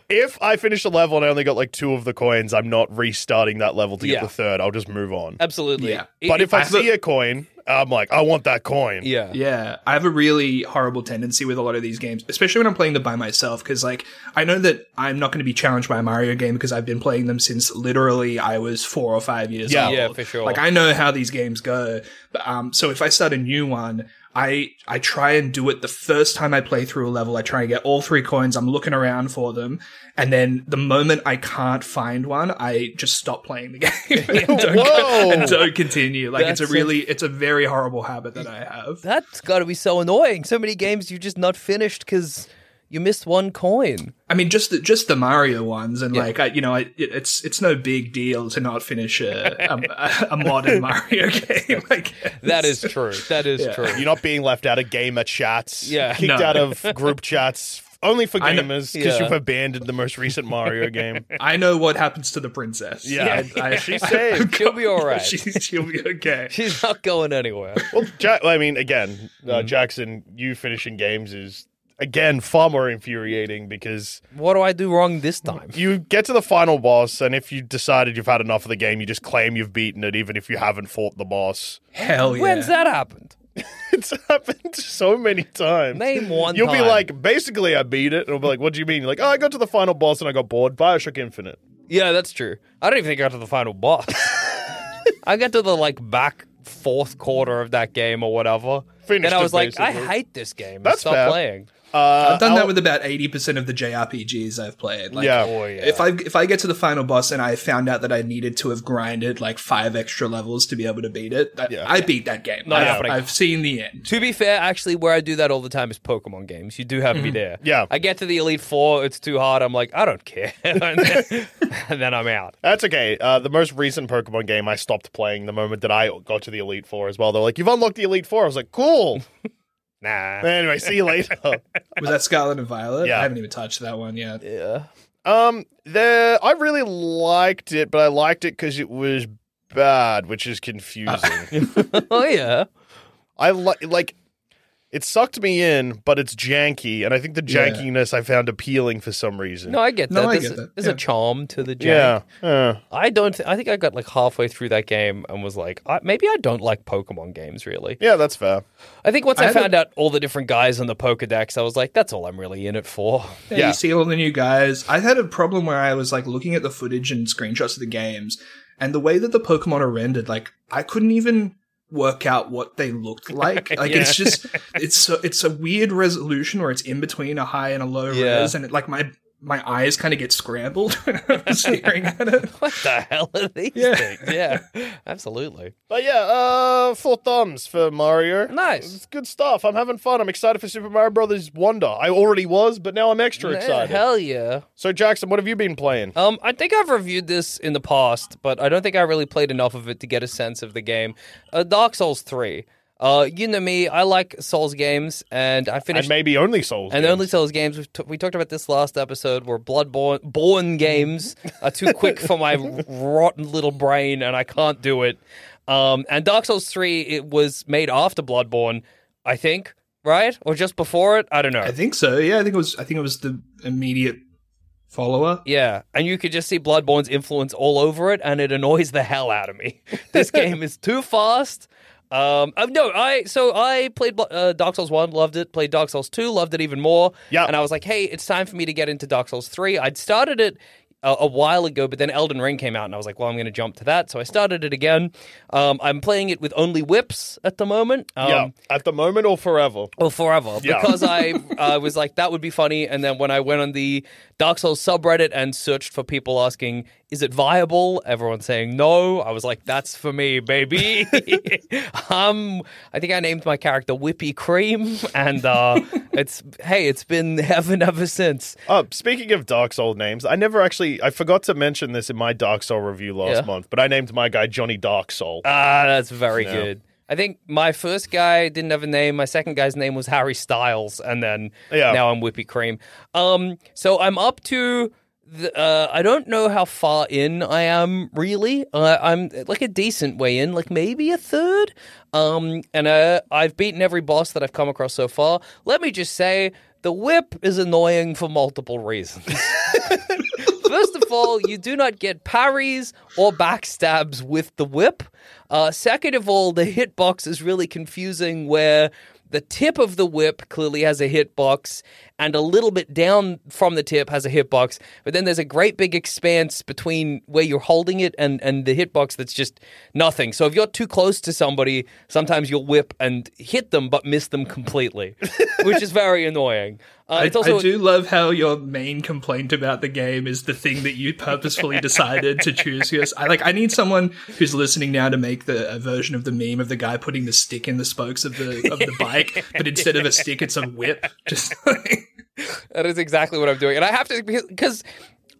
[SPEAKER 3] If I finish a level and I only got like two of the coins, I'm not restarting that level to
[SPEAKER 2] Yeah.
[SPEAKER 3] get the third. I'll just move on.
[SPEAKER 5] Uh,
[SPEAKER 2] Absolutely.
[SPEAKER 5] Yeah.
[SPEAKER 2] It-
[SPEAKER 3] but
[SPEAKER 2] it-
[SPEAKER 3] if I,
[SPEAKER 5] I-
[SPEAKER 3] see a coin, I'm like, I want that coin.
[SPEAKER 2] yeah.
[SPEAKER 5] Yeah, I have a really horrible tendency with a lot of these games, especially when I'm playing them by myself, because like I know that I'm not going to be challenged by a Mario game because I've been playing them since literally I was four or five years
[SPEAKER 3] Yeah.
[SPEAKER 5] old.
[SPEAKER 2] Yeah, for sure.
[SPEAKER 5] Like I know how these games go, but um, so if I start a new one. I, I try and do it the first time I play through a level. I try and get all three coins. I'm looking around for them. And then the moment I can't find one, I just stop playing the game and, don't,
[SPEAKER 3] Whoa.
[SPEAKER 5] and don't continue. Like it's
[SPEAKER 2] That's
[SPEAKER 5] a
[SPEAKER 2] a-
[SPEAKER 5] really, it's a very horrible habit that I have.
[SPEAKER 2] That's got to be so annoying. So many games you've just not finished because you missed one coin.
[SPEAKER 5] I mean, just the, just the Mario ones, and like I, you know, I, it, it's it's no big deal to not finish a, a, a modern Mario game. Like
[SPEAKER 2] That is true. That is
[SPEAKER 5] Yeah.
[SPEAKER 2] true.
[SPEAKER 3] You're not being left out of gamer chats.
[SPEAKER 2] Yeah.
[SPEAKER 3] Kicked
[SPEAKER 5] No.
[SPEAKER 3] out of group chats only for
[SPEAKER 5] I know-
[SPEAKER 3] gamers because
[SPEAKER 2] Yeah.
[SPEAKER 3] you've abandoned the most recent Mario game.
[SPEAKER 5] I know what happens to the princess.
[SPEAKER 3] Yeah.
[SPEAKER 5] I, I,
[SPEAKER 3] She's
[SPEAKER 5] I-
[SPEAKER 3] saved.
[SPEAKER 2] She'll be all right.
[SPEAKER 5] she's- she'll be okay.
[SPEAKER 2] She's not going anywhere.
[SPEAKER 3] Well, ja- I mean, again, uh,
[SPEAKER 5] Mm-hmm.
[SPEAKER 3] Jackson, you finishing games is again far more infuriating because
[SPEAKER 2] What do I do wrong this time?
[SPEAKER 3] you get to the final boss, and if you decided you've had enough of the game, you just claim you've beaten it, even if you haven't fought the boss.
[SPEAKER 5] Hell yeah!
[SPEAKER 2] When's that happened?
[SPEAKER 3] It's happened so many times.
[SPEAKER 2] Name one
[SPEAKER 3] You'll
[SPEAKER 2] time.
[SPEAKER 3] be like, basically, I beat it. And I'll be like, what do you mean? You're like, oh, I got to the final boss and I got bored. Bioshock Infinite.
[SPEAKER 2] Yeah, that's true. I don't even think I got to the final boss. I got to the like back fourth quarter of that game or whatever.
[SPEAKER 3] Finished
[SPEAKER 2] and I
[SPEAKER 3] it,
[SPEAKER 2] was like, I
[SPEAKER 3] basically.
[SPEAKER 2] hate this game.
[SPEAKER 3] That's
[SPEAKER 2] Stop
[SPEAKER 3] fair.
[SPEAKER 2] playing.
[SPEAKER 3] Uh,
[SPEAKER 5] I've done that with about eighty percent of the JRPGs I've played. Like,
[SPEAKER 3] Yeah.
[SPEAKER 2] Oh, yeah.
[SPEAKER 5] If I if I get to the final boss and I found out that I needed to have grinded like five extra levels to be able to beat it, I,
[SPEAKER 3] Yeah.
[SPEAKER 5] I beat that game.
[SPEAKER 2] Not
[SPEAKER 5] I've-
[SPEAKER 2] happening.
[SPEAKER 5] I've seen the end.
[SPEAKER 2] To be fair, actually, where I do that all the time is Pokemon games. You do have me there.
[SPEAKER 3] Mm-hmm. Yeah.
[SPEAKER 2] I get to the Elite Four, it's too hard. I'm like, I don't care. and, then, and then I'm out.
[SPEAKER 3] That's okay. Uh, the most recent Pokemon game I stopped playing the moment that I got to the Elite Four as well. They're like, you've unlocked the Elite Four. I was like, cool.
[SPEAKER 2] Nah.
[SPEAKER 3] anyway, see you later.
[SPEAKER 5] Was that Scarlet and Violet?
[SPEAKER 3] Yeah.
[SPEAKER 5] I haven't even touched that one yet.
[SPEAKER 3] Um, the I really liked it, but I liked it because it was bad, which is confusing.
[SPEAKER 2] Oh, yeah.
[SPEAKER 3] I li- like it sucked me in, but it's janky, and I think the
[SPEAKER 5] Yeah.
[SPEAKER 3] jankiness I found appealing for some reason.
[SPEAKER 2] No, I get that.
[SPEAKER 5] No, I
[SPEAKER 2] there's
[SPEAKER 5] get
[SPEAKER 2] a,
[SPEAKER 5] that.
[SPEAKER 2] there's
[SPEAKER 5] Yeah.
[SPEAKER 2] a charm to the game.
[SPEAKER 3] yeah, uh,
[SPEAKER 2] I don't. Th- I think I got like halfway through that game and was like, I, maybe I don't like Pokemon games really.
[SPEAKER 3] yeah, that's fair.
[SPEAKER 2] I think once
[SPEAKER 5] I
[SPEAKER 2] I,
[SPEAKER 5] had
[SPEAKER 2] found out all the different guys on the Pokedex, I was like, that's all I'm really in it for.
[SPEAKER 5] Yeah,
[SPEAKER 3] Yeah.
[SPEAKER 5] you see all the new guys. I had a problem where I was like looking at the footage and screenshots of the games, and the way that the Pokemon are rendered, like I couldn't even work out what they looked like. Like it's just it's so, it's a weird resolution where it's in between a high and a low
[SPEAKER 2] Yeah.
[SPEAKER 5] res, and it, like my my eyes kind of get scrambled when I'm staring at it.
[SPEAKER 2] What the hell are these
[SPEAKER 5] Yeah.
[SPEAKER 2] things? Yeah, absolutely.
[SPEAKER 3] But yeah, uh, full thumbs for Mario.
[SPEAKER 2] Nice.
[SPEAKER 3] It's good stuff. I'm having fun. I'm excited for Super Mario Brothers Wonder. I already was, but now I'm extra
[SPEAKER 2] Yeah,
[SPEAKER 3] excited.
[SPEAKER 2] Hell yeah.
[SPEAKER 3] So Jackson, what have you been playing?
[SPEAKER 2] Um, I think I've reviewed this in the past, but I don't think I really played enough of it to get a sense of the game. Uh, Dark Souls Three. Uh, you know me, I like Souls games, and I
[SPEAKER 3] And
[SPEAKER 2] finished.
[SPEAKER 3] maybe only Souls.
[SPEAKER 2] and
[SPEAKER 3] games.
[SPEAKER 2] only Souls games we've t- we talked about this last episode where Bloodborne born games are too quick for my rotten little brain and I can't do it. Um, and Dark Souls three it was made after Bloodborne, I think, right or just before it? I don't know.
[SPEAKER 5] I think so. Yeah, I think it was. I think it was the immediate follower.
[SPEAKER 2] Yeah, and you could just see Bloodborne's influence all over it, and it annoys the hell out of me. This game is too fast. Um, um, no, I so I played Blo- uh, Dark Souls one, loved it. Played Dark Souls two, loved it even more.
[SPEAKER 3] Yeah.
[SPEAKER 2] and I was like, hey, it's time for me to get into Dark Souls three. I'd started it. uh, A, a while ago, but then Elden Ring came out, and I was like, "Well, I'm going to jump to that." So I started it again. Um, I'm playing it with only whips at the moment. Um,
[SPEAKER 3] yeah, at the moment or forever.
[SPEAKER 2] well, Oh, forever
[SPEAKER 3] Yeah.
[SPEAKER 2] because I I was like that would be funny, and then when I went on the Dark Souls subreddit and searched for people asking, "Is it viable?" Everyone saying no. I was like, "That's for me, baby." um, I think I named my character Whippy Cream, and uh, it's hey, it's been heaven ever since.
[SPEAKER 3] Uh, speaking of Dark Soul names, I never actually I forgot to mention this in my Dark Soul review last
[SPEAKER 2] Yeah.
[SPEAKER 3] month, but I named my guy Johnny Dark Soul.
[SPEAKER 2] Ah, that's very good. I think my first guy didn't have a name. My second guy's name was Harry Styles, and then
[SPEAKER 3] Yeah.
[SPEAKER 2] now I'm Whippy Cream. Um, so I'm up to. The, uh, I don't know how far in I am really. Uh, I'm like a decent way in, like maybe a third. Um, and uh, I've beaten every boss that I've come across so far. Let me just say, the whip is annoying for multiple reasons. First of all, you do not get parries or backstabs with the whip. Uh, second of all, the hitbox is really confusing where the tip of the whip clearly has a hitbox and a little bit down from the tip has a hitbox, but then there's a great big expanse between where you're holding it and, and the hitbox that's just nothing. So if you're too close to somebody, sometimes you'll whip and hit them but miss them completely, which is very annoying. Uh,
[SPEAKER 5] I,
[SPEAKER 2] it's also
[SPEAKER 5] I do love how your main complaint about the game is the thing that you purposefully decided to choose. Yes, I like. I need someone who's listening now to make the a version of the meme of the guy putting the stick in the spokes of the of the bike, but instead of a stick, it's a whip. Just like,
[SPEAKER 2] That is exactly what I'm doing. And I have to, because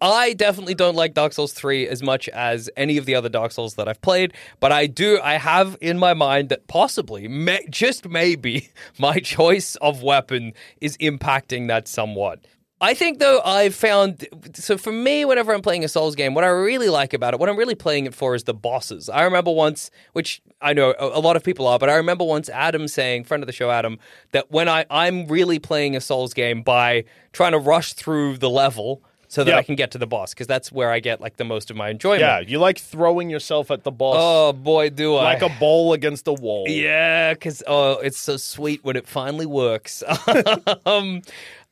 [SPEAKER 2] I definitely don't like Dark Souls 3 as much as any of the other Dark Souls that I've played. But I do, I have in my mind that possibly, may, just maybe, my choice of weapon is impacting that somewhat. I think though I've found so for me whenever I'm playing a Souls game what I really like about it what I'm really playing it for is the bosses. I remember once which I know a a lot of people are but I remember once Adam saying friend of the show Adam that when I I'm really playing a Souls game by trying to rush through the level so that
[SPEAKER 3] Yeah.
[SPEAKER 2] I can get to the boss because that's where I get like the most of my enjoyment.
[SPEAKER 3] yeah, you like throwing yourself at the boss
[SPEAKER 2] Oh boy do I.
[SPEAKER 3] like a ball against a wall.
[SPEAKER 2] Yeah, because oh, it's so sweet when it finally works. um,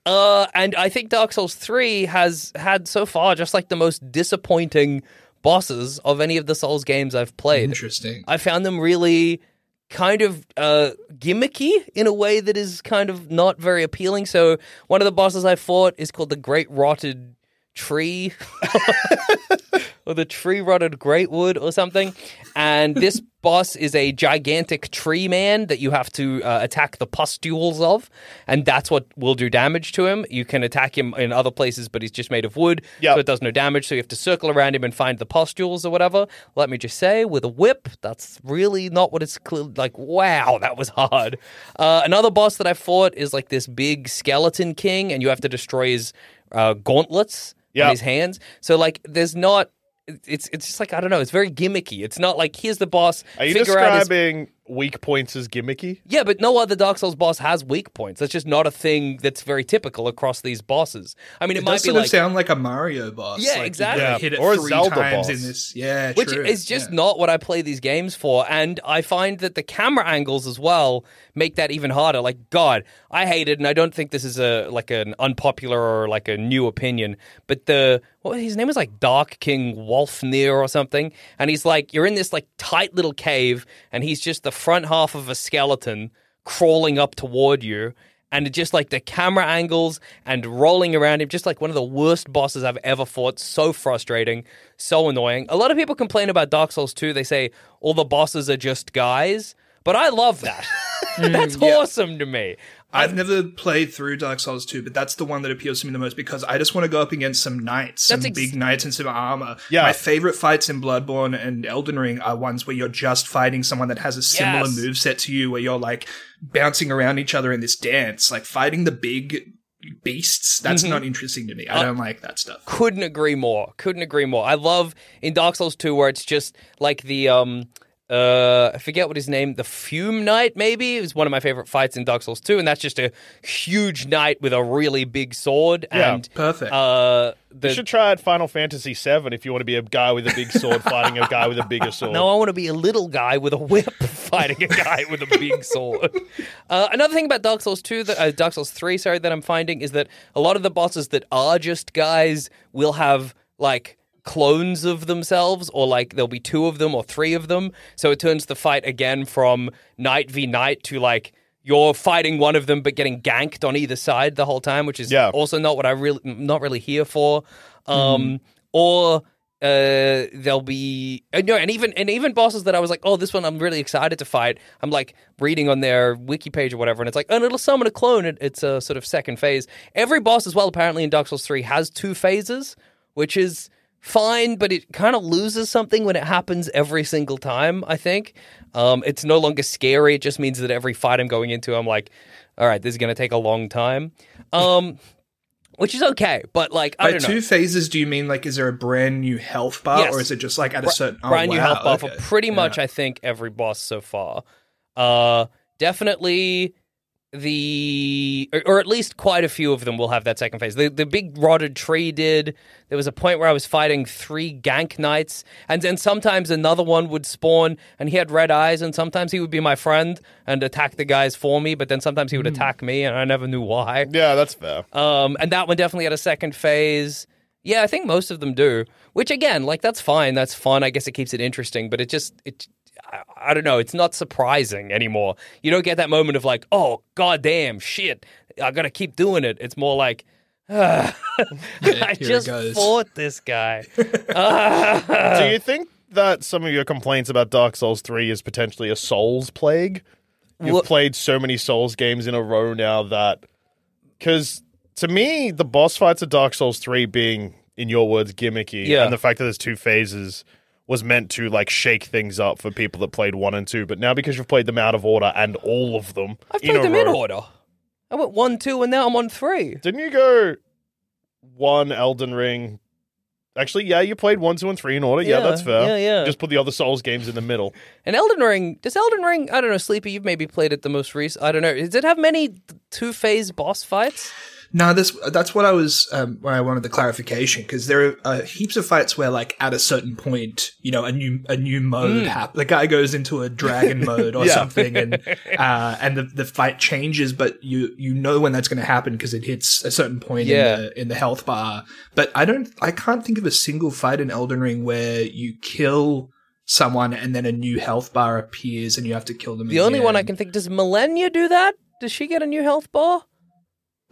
[SPEAKER 2] uh, and I think Dark Souls three has had so far just like the most disappointing bosses of any of the Souls games I've played.
[SPEAKER 5] interesting.
[SPEAKER 2] I found them really kind of uh, gimmicky in a way that is kind of not very appealing. So one of the bosses I fought is called the Great Rotted Tree, or the Tree Rotted Greatwood, or something. And this boss is a gigantic tree man that you have to uh, attack the pustules of, and that's what will do damage to him. You can attack him in other places, but he's just made of wood,
[SPEAKER 3] Yep.
[SPEAKER 2] so it does no damage. So you have to circle around him and find the pustules or whatever. Let me just say, with a whip, that's really not what it's clear. Like, wow, that was hard. Uh, another boss that I fought is like this big skeleton king, and you have to destroy his uh, gauntlets
[SPEAKER 3] Yep.
[SPEAKER 2] on his hands. So like, there's not. It's it's just like I don't know. It's very gimmicky. It's not like here's the boss.
[SPEAKER 3] Are you
[SPEAKER 2] figure out his
[SPEAKER 3] describing weak points as gimmicky?
[SPEAKER 2] yeah, but no other Dark Souls boss has weak points. That's just not a thing that's very typical across these bosses. I mean, it,
[SPEAKER 5] It
[SPEAKER 2] might
[SPEAKER 5] does
[SPEAKER 2] be
[SPEAKER 5] sort of
[SPEAKER 2] like
[SPEAKER 5] sound like a Mario boss.
[SPEAKER 2] Yeah,
[SPEAKER 5] like, you
[SPEAKER 2] exactly.
[SPEAKER 5] gotta Hit it
[SPEAKER 3] Or a
[SPEAKER 5] three
[SPEAKER 3] Zelda
[SPEAKER 5] times
[SPEAKER 3] boss.
[SPEAKER 5] in this. Yeah,
[SPEAKER 2] which
[SPEAKER 5] true.
[SPEAKER 2] is just
[SPEAKER 5] yeah.
[SPEAKER 2] not what I play these games for. And I find that the camera angles as well make that even harder. Like, God, I hate it, and I don't think this is a like an unpopular or like a new opinion, but the what his name was like Dark King Wolfnir or something, and he's like you're in this like tight little cave, and he's just the front half of a skeleton crawling up toward you. And it just like the camera angles and rolling around him, just like one of the worst bosses I've ever fought. So frustrating, so annoying. A lot of people complain about Dark Souls 2. They say all the bosses are just guys, but I love that. That's awesome to me.
[SPEAKER 5] I've never played through Dark Souls 2, but that's the one that appeals to me the most because I just want to go up against some knights, some
[SPEAKER 2] That's ex-
[SPEAKER 5] big knights in some armor.
[SPEAKER 3] Yeah.
[SPEAKER 5] My favorite fights in Bloodborne and Elden Ring are ones where you're just fighting someone that has a similar
[SPEAKER 2] Yes.
[SPEAKER 5] move set to you, where you're like bouncing around each other in this dance, like fighting the big beasts.
[SPEAKER 2] Mm-hmm.
[SPEAKER 5] That's not interesting to me.
[SPEAKER 2] Uh,
[SPEAKER 5] I don't like that stuff.
[SPEAKER 2] couldn't agree more. Couldn't agree more. I love in Dark Souls 2 where it's just like the um uh I forget what his name, the Fume Knight maybe. It was one of my favorite fights in Dark Souls 2 and that's just a huge knight with a really big sword
[SPEAKER 3] Yeah.
[SPEAKER 2] and
[SPEAKER 5] Perfect.
[SPEAKER 2] uh the
[SPEAKER 3] You should try it Final Fantasy VII if you want to be a guy with a big sword fighting a guy with a bigger sword.
[SPEAKER 2] No, I want to be a little guy with a whip fighting a guy with a big sword. Uh, another thing about Dark Souls two, that uh, Dark Souls three, sorry, that I'm finding is that a lot of the bosses that are just guys will have like clones of themselves, or like there'll be two of them or three of them. So it turns the fight again from knight v knight to like. You're fighting one of them, but getting ganked on either side the whole time, which is
[SPEAKER 3] Yeah.
[SPEAKER 2] also not what I really not really here for. Um, Or uh, there'll be uh, no, and even and even bosses that I was like, oh, this one I'm really excited to fight. I'm like reading on their wiki page or whatever, and it's like, and it'll summon a clone. It, it's a sort of second phase. Every boss as well, apparently in Dark Souls three, has two phases, which is fine, but it kind of loses something when it happens every single time. I think um, it's no longer scary. It just means that every fight I'm going into, I'm like, all right, this is going to take a long time. Um, which is okay, but like I
[SPEAKER 5] By
[SPEAKER 2] don't know.
[SPEAKER 5] two phases, do you mean like is there a brand new health bar,
[SPEAKER 2] Yes.
[SPEAKER 5] or is it just like at a certain oh,
[SPEAKER 2] brand new
[SPEAKER 5] wow,
[SPEAKER 2] health bar for
[SPEAKER 5] okay.
[SPEAKER 2] pretty much I think every boss so far. Uh, definitely the or, or at least quite a few of them will have that second phase. The the big rotted tree did. There was a point where I was fighting three gank knights, and then sometimes another one would spawn, and he had red eyes, and sometimes he would be my friend and attack the guys for me, but then sometimes he would
[SPEAKER 5] Hmm.
[SPEAKER 2] attack me, and I never knew why.
[SPEAKER 3] Yeah, that's fair.
[SPEAKER 2] Um, and that one definitely had a second phase. Yeah, I think most of them do. Which again, like that's fine, that's fun. I guess it keeps it interesting, but it just it. I, I don't know. It's not surprising anymore. You don't get that moment of like, oh goddamn, shit, I gotta keep doing it. It's more like. "Ugh, I
[SPEAKER 5] it
[SPEAKER 2] just
[SPEAKER 5] goes."
[SPEAKER 2] fought this guy.
[SPEAKER 3] Do you think that some of your complaints about Dark Souls 3 is potentially a Souls plague? You've
[SPEAKER 2] Well-
[SPEAKER 3] played so many Souls games in a row now that. Because to me, the boss fights of Dark Souls 3 being, in your words, gimmicky,
[SPEAKER 2] Yeah.
[SPEAKER 3] and the fact that there's two phases was meant to like shake things up for people that played one and two. But now because you've played them out of order and all of them,
[SPEAKER 2] I've
[SPEAKER 3] in
[SPEAKER 2] played
[SPEAKER 3] a
[SPEAKER 2] them in
[SPEAKER 3] row-
[SPEAKER 2] order. I went one, two, and now I'm on three.
[SPEAKER 3] Didn't you go one Elden Ring? Actually, yeah, you played one, two, and three in order. Yeah,
[SPEAKER 2] Yeah,
[SPEAKER 3] that's fair.
[SPEAKER 2] yeah, yeah.
[SPEAKER 3] Just put the other Souls games in the middle.
[SPEAKER 2] And Elden Ring, does Elden Ring? I don't know, Sleepy. You've maybe played it the most recent. I don't know. Does it have many two phase boss fights?
[SPEAKER 5] No, this that's what I was um, where I wanted the clarification because there are uh, heaps of fights where like at a certain point, you know, a new a new
[SPEAKER 2] Hmm.
[SPEAKER 5] mode hap- the guy goes into a dragon mode or something, and uh, and the, the fight changes, but you you know when that's going to happen because it hits a certain point
[SPEAKER 2] Yeah.
[SPEAKER 5] in the in the health bar. But I don't, I can't think of a single fight in Elden Ring where you kill someone and then a new health bar appears and you have to kill them.
[SPEAKER 2] The only one I
[SPEAKER 5] again.
[SPEAKER 2] can think does Millennia do that? Does she get a new health bar?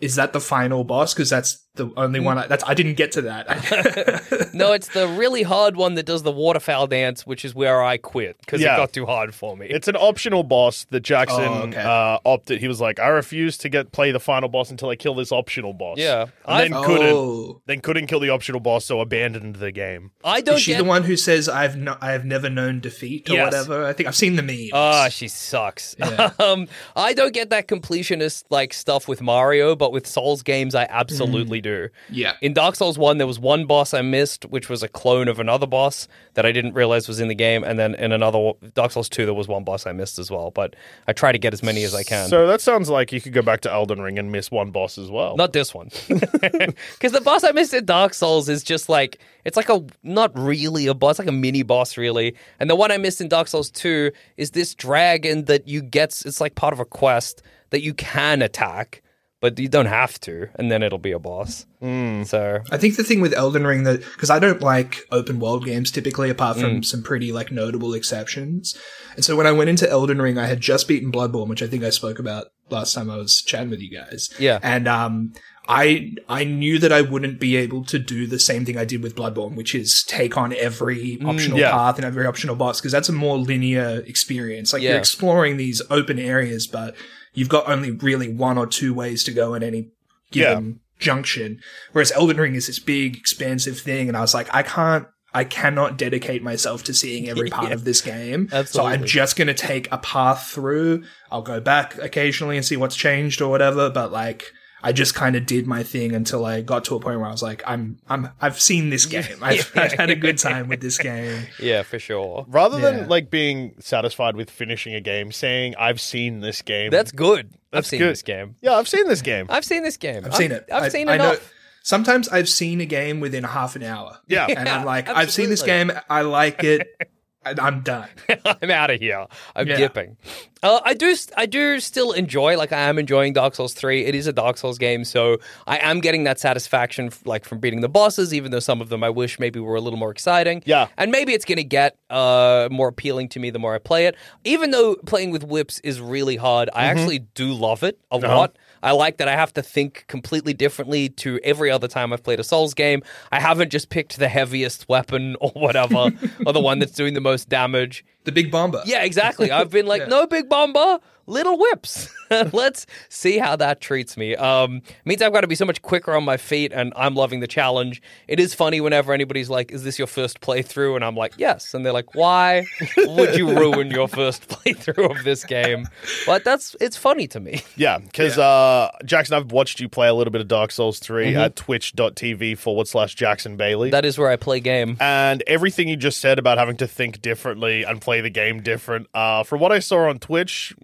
[SPEAKER 5] is that the final boss because that's the
[SPEAKER 2] Hmm.
[SPEAKER 5] only one I, that's I didn't get to that.
[SPEAKER 2] No, it's the really hard one that does the waterfowl dance, which is where I quit because
[SPEAKER 3] Yeah.
[SPEAKER 2] it got too hard for me.
[SPEAKER 3] It's an optional boss that Jackson
[SPEAKER 5] Oh, okay.
[SPEAKER 3] uh, opted. He was like, I refuse to get play the final boss until I kill this optional boss.
[SPEAKER 2] Yeah.
[SPEAKER 3] and then
[SPEAKER 2] I've-
[SPEAKER 3] couldn't.
[SPEAKER 5] Oh.
[SPEAKER 3] Then couldn't kill the optional boss, so abandoned the game.
[SPEAKER 2] I don't
[SPEAKER 5] Is she
[SPEAKER 2] get.
[SPEAKER 5] the one who says I've no, I have never known defeat or
[SPEAKER 2] Yes.
[SPEAKER 5] whatever? I think I've seen the memes.
[SPEAKER 2] Ah, she sucks. um, I don't get that completionist like stuff with Mario, but with Souls games, I absolutely do.
[SPEAKER 5] yeah.
[SPEAKER 2] In Dark Souls 1, there was one boss I missed, which was a clone of another boss that I didn't realize was in the game. And then in another Dark Souls 2, there was one boss I missed as well. But I try to get as many as I can.
[SPEAKER 3] So that sounds like you could go back to Elden Ring and miss one boss as well.
[SPEAKER 2] Not this one. Because the boss I missed in Dark Souls is just like, it's like a, not really a boss, like a mini boss, really. And the one I missed in Dark Souls 2 is this dragon that you get, it's like part of a quest that you can attack. but you don't have to, and then it'll be a boss. So
[SPEAKER 5] I think the thing with Elden Ring that because I don't like open world games typically, apart
[SPEAKER 2] Mm.
[SPEAKER 5] from some pretty like notable exceptions. And so when I went into Elden Ring, I had just beaten Bloodborne, which I think I spoke about last time I was chatting with you guys.
[SPEAKER 2] Yeah.
[SPEAKER 5] and um. I I knew that I wouldn't be able to do the same thing I did with Bloodborne, which is take on every
[SPEAKER 2] Mm,
[SPEAKER 5] optional
[SPEAKER 3] yeah.
[SPEAKER 5] path and every optional boss, because that's a more linear experience. Like you're
[SPEAKER 2] Yeah.
[SPEAKER 5] exploring these open areas, but you've got only really one or two ways to go at any given junction. Whereas Elden Ring is this big, expansive thing, and I was like, I can't, I cannot dedicate myself to seeing every part of this game. So I'm
[SPEAKER 2] absolutely.
[SPEAKER 5] just going to take a path through. I'll go back occasionally and see what's changed or whatever, but like. I just kind of did my thing until I got to a point where I was like, I'm, I'm, I've seen this game. I've, I've had a good time with this game.
[SPEAKER 2] yeah, for sure.
[SPEAKER 3] Rather
[SPEAKER 5] Yeah.
[SPEAKER 3] than like being satisfied with finishing a game, saying I've seen this game.
[SPEAKER 2] That's good. I've
[SPEAKER 3] That's
[SPEAKER 2] seen
[SPEAKER 3] good.
[SPEAKER 2] this game.
[SPEAKER 3] yeah, I've seen this game.
[SPEAKER 2] I've seen this game.
[SPEAKER 5] I've seen it.
[SPEAKER 2] I've
[SPEAKER 5] I-
[SPEAKER 2] seen
[SPEAKER 5] I know-
[SPEAKER 2] enough.
[SPEAKER 5] Sometimes I've seen a game within half an hour.
[SPEAKER 3] Yeah.
[SPEAKER 5] And I'm
[SPEAKER 2] Yeah,
[SPEAKER 5] like, I've seen this
[SPEAKER 2] absolutely.
[SPEAKER 5] game. I like it. and I'm done.
[SPEAKER 2] I'm out of here. I'm
[SPEAKER 5] Yeah.
[SPEAKER 2] dipping. Uh, I do. I do still enjoy. Like I am enjoying Dark Souls three. It is a Dark Souls game, so I am getting that satisfaction, f- like from beating the bosses. Even though some of them I wish maybe were a little more exciting.
[SPEAKER 3] Yeah.
[SPEAKER 2] and maybe it's going to get uh, more appealing to me the more I play it. Even though playing with whips is really hard, I actually do love it a lot. I like that I have to think completely differently to every other time I've played a Souls game. I haven't just picked the heaviest weapon or whatever, or the one that's doing the most damage.
[SPEAKER 5] The big bomber.
[SPEAKER 2] Yeah, exactly. I've been like, no big bomber, little whips. Let's see how that treats me. Um, means I've got to be so much quicker on my feet, and I'm loving the challenge. It is funny whenever anybody's like, "Is this your first playthrough?" and I'm like, "Yes," and they're like, "Why would you ruin your first playthrough of this game?" But that's it's funny to me.
[SPEAKER 3] Yeah, because uh, Jackson, I've watched you play a little bit of Dark Souls 3 at twitch.tv forward slash Jackson Bailey.
[SPEAKER 2] Mm-hmm. That is where I play game.
[SPEAKER 3] and everything you just said about having to think differently and play the game different, uh, from what I saw on Twitch,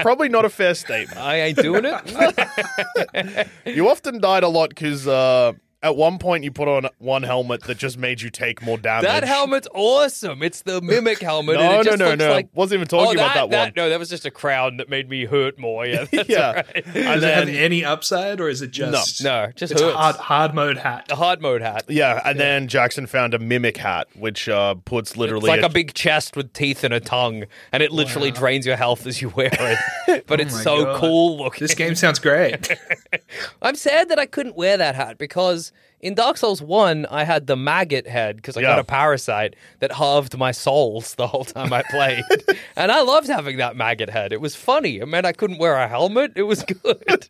[SPEAKER 3] probably not a fair statement.
[SPEAKER 2] I ain't doing it.
[SPEAKER 3] You often died a lot because uh, at one point you put on one helmet that just made you take more damage.
[SPEAKER 2] that helmet's awesome. It's the mimic helmet. and
[SPEAKER 3] No,
[SPEAKER 2] it
[SPEAKER 3] no,
[SPEAKER 2] just
[SPEAKER 3] no,
[SPEAKER 2] looks
[SPEAKER 3] no.
[SPEAKER 2] Like,
[SPEAKER 3] Wasn't even talking
[SPEAKER 2] Oh,
[SPEAKER 3] about that one.
[SPEAKER 2] No, that was just a crown that made me hurt more. Yeah, that's
[SPEAKER 3] yeah.
[SPEAKER 2] right.
[SPEAKER 3] And
[SPEAKER 5] Does it have
[SPEAKER 3] then,
[SPEAKER 5] any upside or is it just
[SPEAKER 2] No, no, just Oh,
[SPEAKER 5] it's a
[SPEAKER 2] hurts.
[SPEAKER 5] hard hard mode hat?
[SPEAKER 2] a hard mode hat.
[SPEAKER 3] yeah, and then Jackson found a mimic hat, which uh, puts
[SPEAKER 2] It's
[SPEAKER 3] literally
[SPEAKER 2] like a big chest with teeth and a tongue, and it literally drains your health as you wear it. But it's
[SPEAKER 5] Oh my
[SPEAKER 2] so
[SPEAKER 5] God.
[SPEAKER 2] cool looking.
[SPEAKER 5] This game sounds great.
[SPEAKER 2] I'm sad that I couldn't wear that hat because in Dark Souls 1, I had the maggot head because I
[SPEAKER 3] Yeah.
[SPEAKER 2] got a parasite that halved my souls the whole time I played. and I loved having that maggot head. It was funny. It meant I couldn't wear a helmet. It was good.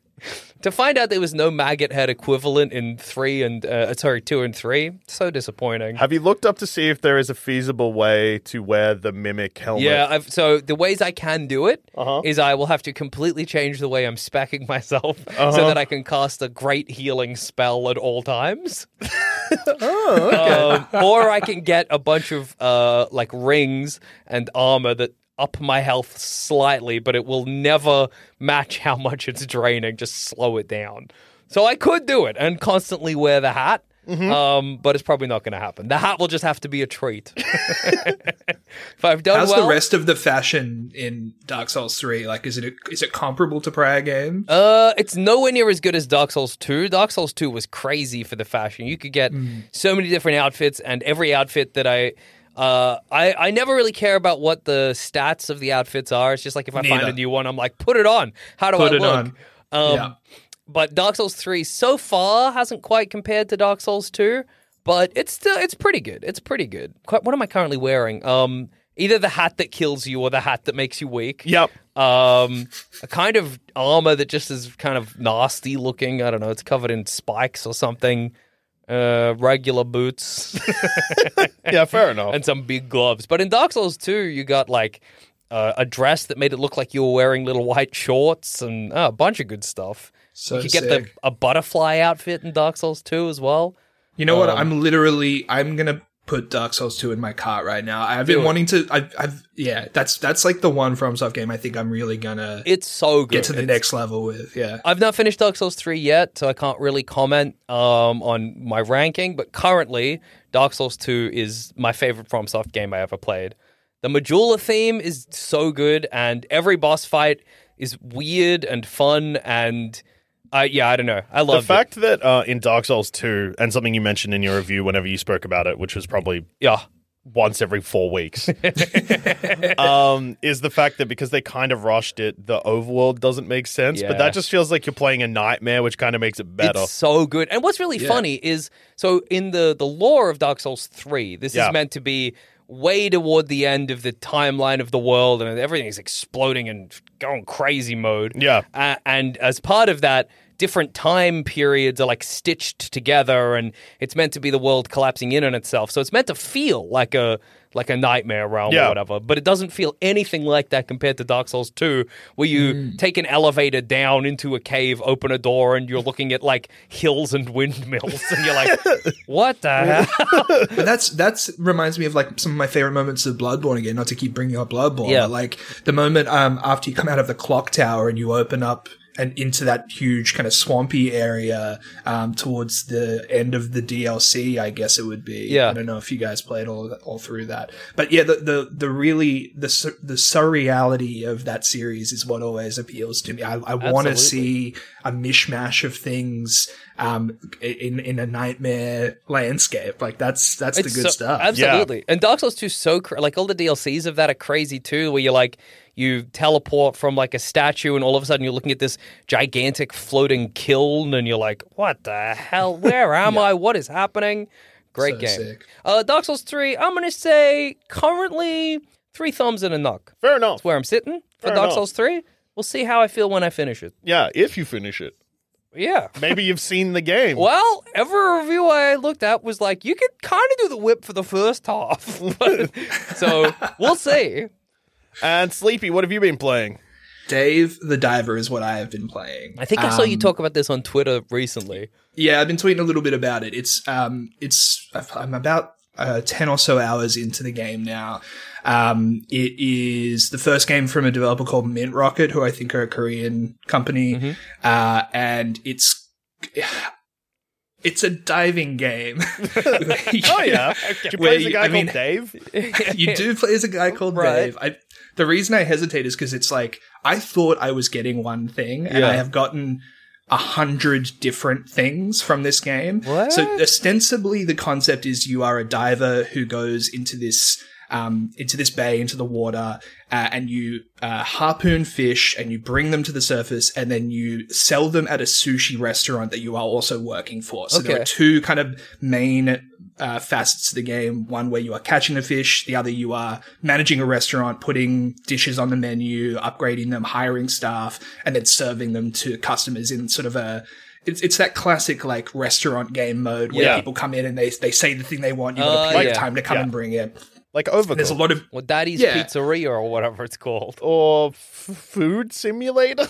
[SPEAKER 2] to find out there was no maggot head equivalent in 3 and, uh, sorry, 2 and 3, so disappointing.
[SPEAKER 3] Have you looked up to see if there is a feasible way to wear the mimic helmet?
[SPEAKER 2] Yeah, I've, so the ways I can do it is I will have to completely change the way I'm specking myself so that I can cast a great healing spell at all times. um, or I can get a bunch of uh, like rings and armor that up my health slightly, but it will never match how much it's draining. Just slow it down. So I could do it and constantly wear the hat. Um, but it's probably not going to happen. The hat will just have to be a treat. if I've done
[SPEAKER 5] How's
[SPEAKER 2] Oh, well,
[SPEAKER 5] the rest of the fashion in Dark Souls Three? Like, is it is it comparable to prior games?
[SPEAKER 2] Uh, it's nowhere near as good as Dark Souls 2. Dark Souls 2 was crazy for the fashion. You could get
[SPEAKER 5] Mm.
[SPEAKER 2] so many different outfits, and every outfit that I. Uh, I, I never really care about what the stats of the outfits are. It's just like if I find
[SPEAKER 5] Neither.
[SPEAKER 2] a new one, I'm like, put it on. How do
[SPEAKER 5] Put
[SPEAKER 2] I
[SPEAKER 5] it
[SPEAKER 2] look?
[SPEAKER 5] on.
[SPEAKER 2] Um,
[SPEAKER 5] Yeah.
[SPEAKER 2] But Dark Souls 3 so far hasn't quite compared to Dark Souls 2, but it's still it's pretty good. It's pretty good. Quite, what am I currently wearing? Um, either the hat that kills you or the hat that makes you weak.
[SPEAKER 3] Yep.
[SPEAKER 2] Um, a kind of armor that just is kind of nasty looking. I don't know. It's covered in spikes or something. Uh, regular boots
[SPEAKER 3] Yeah, fair enough.
[SPEAKER 2] and some big gloves. But in Dark Souls 2, you got like uh, a dress that made it look like you were wearing little white shorts and uh, a bunch of good stuff.
[SPEAKER 5] So
[SPEAKER 2] you could get the,
[SPEAKER 5] sick.
[SPEAKER 2] a butterfly outfit in Dark Souls 2 as well.
[SPEAKER 5] You know what?
[SPEAKER 2] um,
[SPEAKER 5] I'm literally I'm gonna put Dark Souls 2 in my cart right now. I've been
[SPEAKER 2] it.
[SPEAKER 5] wanting to I've, I've yeah, that's that's like the one FromSoft game I think I'm really gonna
[SPEAKER 2] It's so good.
[SPEAKER 5] get to the
[SPEAKER 2] It's-
[SPEAKER 5] next level with. Yeah.
[SPEAKER 2] I've not finished Dark Souls 3 yet, so I can't really comment um, on my ranking, but currently, Dark Souls 2 is my favorite FromSoft game I ever played. The Majula theme is so good, and every boss fight is weird and fun and I yeah, I don't know. I
[SPEAKER 3] The
[SPEAKER 2] love
[SPEAKER 3] fact that uh, in Dark Souls 2, and something you mentioned in your review whenever you spoke about it, which was probably
[SPEAKER 2] Yeah,
[SPEAKER 3] once every four weeks, um, is the fact that because they kind of rushed it, the overworld doesn't make sense. But
[SPEAKER 2] Yeah.
[SPEAKER 3] that just feels like you're playing a nightmare, which kind of makes it better.
[SPEAKER 2] It's so good. And what's really funny is so in the the lore of Dark Souls 3, this
[SPEAKER 3] Yeah.
[SPEAKER 2] is meant to be way toward the end of the timeline of the world and everything's exploding and going crazy mode.
[SPEAKER 3] Yeah.
[SPEAKER 2] Uh, and as part of that, different time periods are like stitched together and it's meant to be the world collapsing in on itself. So it's meant to feel like a like a nightmare realm or
[SPEAKER 3] Yeah.
[SPEAKER 2] whatever, but it doesn't feel anything like that compared to Dark Souls 2 where you take an elevator down into a cave, open a door and you're looking at like hills and windmills and you're like what the hell?
[SPEAKER 5] But that's that's reminds me of like some of my favorite moments of Bloodborne again. Not to keep bringing up Bloodborne,
[SPEAKER 2] Yeah.
[SPEAKER 5] but like the moment um after you come out of the clock tower and you open up and into that huge kind of swampy area um towards the end of the DLC, I guess it would be.
[SPEAKER 2] Yeah.
[SPEAKER 5] I don't know if you guys played all all through that, but yeah, the the, the really the sur- the surreality of that series is what always appeals to me. I, I want to
[SPEAKER 2] Absolutely.
[SPEAKER 5] see see a mishmash of things um, in in a nightmare landscape. Like that's that's the good
[SPEAKER 2] so-
[SPEAKER 5] stuff.
[SPEAKER 2] Absolutely. And Dark Souls 2 is so cra- like all the DLCs of that are crazy too where you're like you teleport from like a statue and all of a sudden you're looking at this gigantic floating kiln and you're like what the hell where am I what is happening? Great
[SPEAKER 5] So
[SPEAKER 2] game.
[SPEAKER 5] sick.
[SPEAKER 2] Uh Dark Souls 3 I'm going to say currently 3 thumbs and a knock.
[SPEAKER 3] Fair enough.
[SPEAKER 2] That's where I'm sitting for
[SPEAKER 3] Fair
[SPEAKER 2] Dark
[SPEAKER 3] enough.
[SPEAKER 2] Souls 3. We'll see how I feel when I finish it.
[SPEAKER 3] Yeah, if you finish it.
[SPEAKER 2] Yeah.
[SPEAKER 3] Maybe you've seen the game.
[SPEAKER 2] Well, every review I looked at was like, you could kind of do the whip for the first half. But- so we'll see.
[SPEAKER 3] And Sleepy, what have you been playing?
[SPEAKER 5] Dave the Diver is what I have been playing.
[SPEAKER 2] I think I saw you
[SPEAKER 5] Um,
[SPEAKER 2] talk about this on Twitter recently.
[SPEAKER 5] Yeah, I've been tweeting a little bit about it. It's um, it's I'm about uh, ten or so hours into the game now. Um, it is the first game from a developer called Mint Rocket, who I think are a Korean company,
[SPEAKER 2] Mm-hmm.
[SPEAKER 5] uh, and it's it's a diving game.
[SPEAKER 3] Oh, yeah. Did you
[SPEAKER 5] Where
[SPEAKER 3] play a
[SPEAKER 5] you-
[SPEAKER 3] guy
[SPEAKER 5] I mean-
[SPEAKER 3] called Dave?
[SPEAKER 5] you do play as a guy called
[SPEAKER 2] Right.
[SPEAKER 5] Dave. I, the reason I hesitate is because it's like I thought I was getting one thing, and
[SPEAKER 2] Yeah.
[SPEAKER 5] I have gotten a hundred different things from this game.
[SPEAKER 2] What?
[SPEAKER 5] So ostensibly, the concept is you are a diver who goes into this. Um, into this bay, into the water, uh, and you uh, harpoon fish and you bring them to the surface, and then you sell them at a sushi restaurant that you are also working for. So there
[SPEAKER 2] Okay.
[SPEAKER 5] are two kind of main uh, facets of the game. One where you are catching the fish, the other you are managing a restaurant, putting dishes on the menu, upgrading them, hiring staff, and then serving them to customers in sort of a it's, it's that classic like restaurant game mode where
[SPEAKER 2] Yeah.
[SPEAKER 5] people come in and they they say the thing they want. You
[SPEAKER 2] Uh,
[SPEAKER 5] got to pick
[SPEAKER 2] yeah.
[SPEAKER 5] a time to come
[SPEAKER 3] Yeah.
[SPEAKER 5] and bring it.
[SPEAKER 3] Like
[SPEAKER 5] And there's a
[SPEAKER 3] Overcooked.
[SPEAKER 5] lot of
[SPEAKER 2] Well, Daddy's
[SPEAKER 5] Yeah.
[SPEAKER 2] Pizzeria or whatever it's called.
[SPEAKER 3] or f- Food Simulator?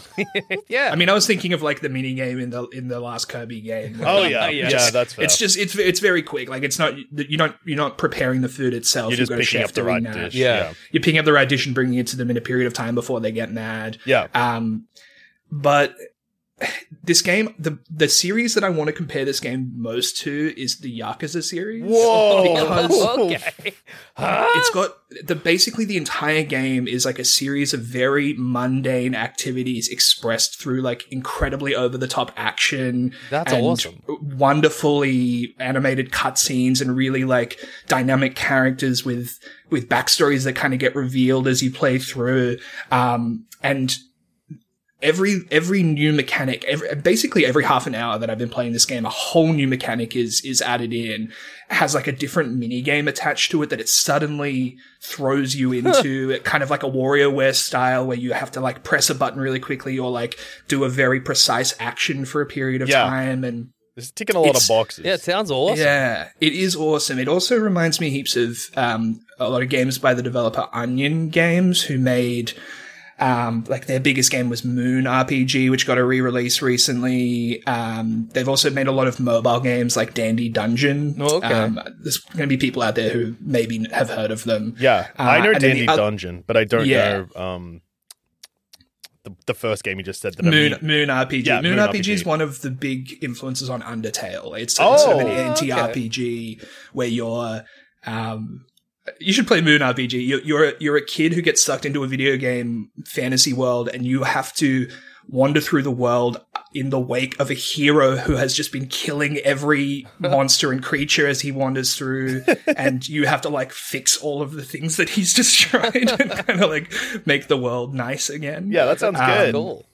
[SPEAKER 2] Yeah.
[SPEAKER 5] I mean, I was thinking of like the mini game in the in the last Kirby game. where
[SPEAKER 3] oh,
[SPEAKER 5] you
[SPEAKER 3] yeah.
[SPEAKER 2] Yeah.
[SPEAKER 3] yeah.
[SPEAKER 2] Just-
[SPEAKER 3] that's fair.
[SPEAKER 5] It's just it's it's very quick. Like it's not you don't you're not preparing the food itself.
[SPEAKER 3] You're
[SPEAKER 5] You've
[SPEAKER 3] just
[SPEAKER 5] got a
[SPEAKER 3] picking
[SPEAKER 5] chef
[SPEAKER 3] up the
[SPEAKER 5] doing
[SPEAKER 3] right
[SPEAKER 5] that.
[SPEAKER 3] dish.
[SPEAKER 2] Yeah.
[SPEAKER 5] You're picking up the right dish and bringing it to them in a period of time before they get mad.
[SPEAKER 3] Yeah.
[SPEAKER 5] Um, but this game, the the series that I want to compare this game most to is the Yakuza series.
[SPEAKER 3] Whoa.
[SPEAKER 5] Oh, Because
[SPEAKER 2] okay.
[SPEAKER 5] it's got the basically the entire game is like a series of very mundane activities expressed through like incredibly over the top action.
[SPEAKER 2] That's
[SPEAKER 5] and
[SPEAKER 2] awesome.
[SPEAKER 5] Wonderfully animated cutscenes and really like dynamic characters with with backstories that kind of get revealed as you play through. Um, and every every new mechanic, every, basically every half an hour that I've been playing this game, a whole new mechanic is is added in, has like a different mini game attached to it that it suddenly throws you into, It kind of like a WarioWare style where you have to like press a button really quickly or like do a very precise action for a period of
[SPEAKER 3] Yeah.
[SPEAKER 5] time and.
[SPEAKER 3] It's ticking a lot
[SPEAKER 5] It's-
[SPEAKER 3] of boxes.
[SPEAKER 2] Yeah, it sounds awesome.
[SPEAKER 5] Yeah, it is awesome. It also reminds me heaps of um, a lot of games by the developer Onion Games, who made um, like their biggest game was Moon RPG, which got a re-release recently. Um, they've also made a lot of mobile games like Dandy Dungeon.
[SPEAKER 2] Oh, okay.
[SPEAKER 5] Um, there's going to be people out there who maybe have heard of them.
[SPEAKER 3] Yeah,
[SPEAKER 5] Uh,
[SPEAKER 3] I know
[SPEAKER 5] and then
[SPEAKER 3] Dandy
[SPEAKER 5] the oth-
[SPEAKER 3] Dungeon, but I don't
[SPEAKER 5] Yeah.
[SPEAKER 3] know um the, the first game you just said that
[SPEAKER 5] Moon
[SPEAKER 3] I mean.
[SPEAKER 5] Moon RPG.
[SPEAKER 3] Yeah,
[SPEAKER 5] Moon,
[SPEAKER 3] Moon
[SPEAKER 5] RPG is
[SPEAKER 3] RPG.
[SPEAKER 5] one of the big influences on Undertale. It's a- sort of an
[SPEAKER 3] Oh,
[SPEAKER 5] anti RPG where you're. Um, you should play Moon RPG. You're you're a, you're a kid who gets sucked into a video game fantasy world, and you have to wander through the world in the wake of a hero who has just been killing every monster and creature as he wanders through, and you have to like fix all of the things that he's destroyed and kind of like make the world nice again.
[SPEAKER 3] Yeah, that
[SPEAKER 5] um,
[SPEAKER 3] sounds good.
[SPEAKER 2] Cool.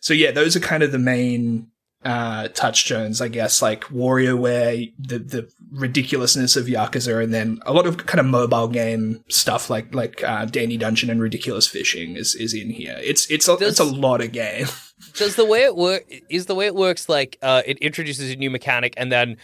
[SPEAKER 5] So yeah, those are kind of the main uh, touchstones, I guess, like WarioWare, the the ridiculousness of Yakuza, and then a lot of kind of mobile game stuff like like uh, Dandy Dungeon and Ridiculous Fishing is is in here. It's it's a, it's a
[SPEAKER 2] Does-
[SPEAKER 5] lot of game.
[SPEAKER 2] Does the way it work is the way it works like uh, it introduces a new mechanic and then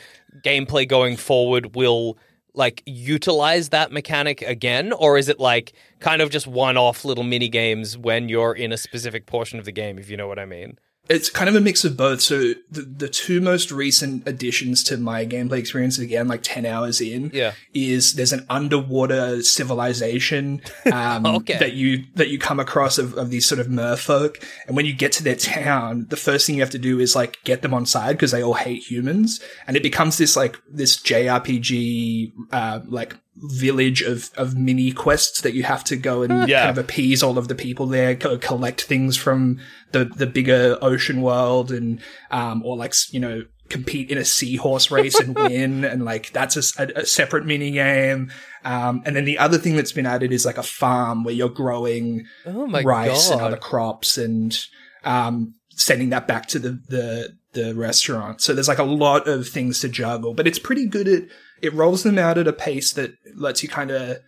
[SPEAKER 2] gameplay going forward will like utilize that mechanic again, or is it like kind of just one off little mini games when you're in a specific portion of the game, if you know what I mean?
[SPEAKER 5] it's kind of a mix of both. So the, the two most recent additions to my gameplay experience, again, like 10 hours in,
[SPEAKER 2] Yeah.
[SPEAKER 5] is there's an underwater civilization, um,
[SPEAKER 2] Okay.
[SPEAKER 5] that you, that you come across of, of these sort of merfolk. And when you get to their town, the first thing you have to do is like get them on side because they all hate humans. And it becomes this like, this JRPG, uh, like, village of of mini quests that you have to go and
[SPEAKER 3] Yeah.
[SPEAKER 5] kind of appease all of the people there, go collect things from the the bigger ocean world, and um, or like s- you know compete in a seahorse race and win, and like that's a s- a, a separate mini game. Um, and then the other thing that's been added is like a farm where you're growing
[SPEAKER 2] Oh my
[SPEAKER 5] rice and
[SPEAKER 2] God.
[SPEAKER 5] other crops and um, sending that back to the, the the restaurant. So there's like a lot of things to juggle, but it's pretty good at it rolls them out at a pace that lets you kind of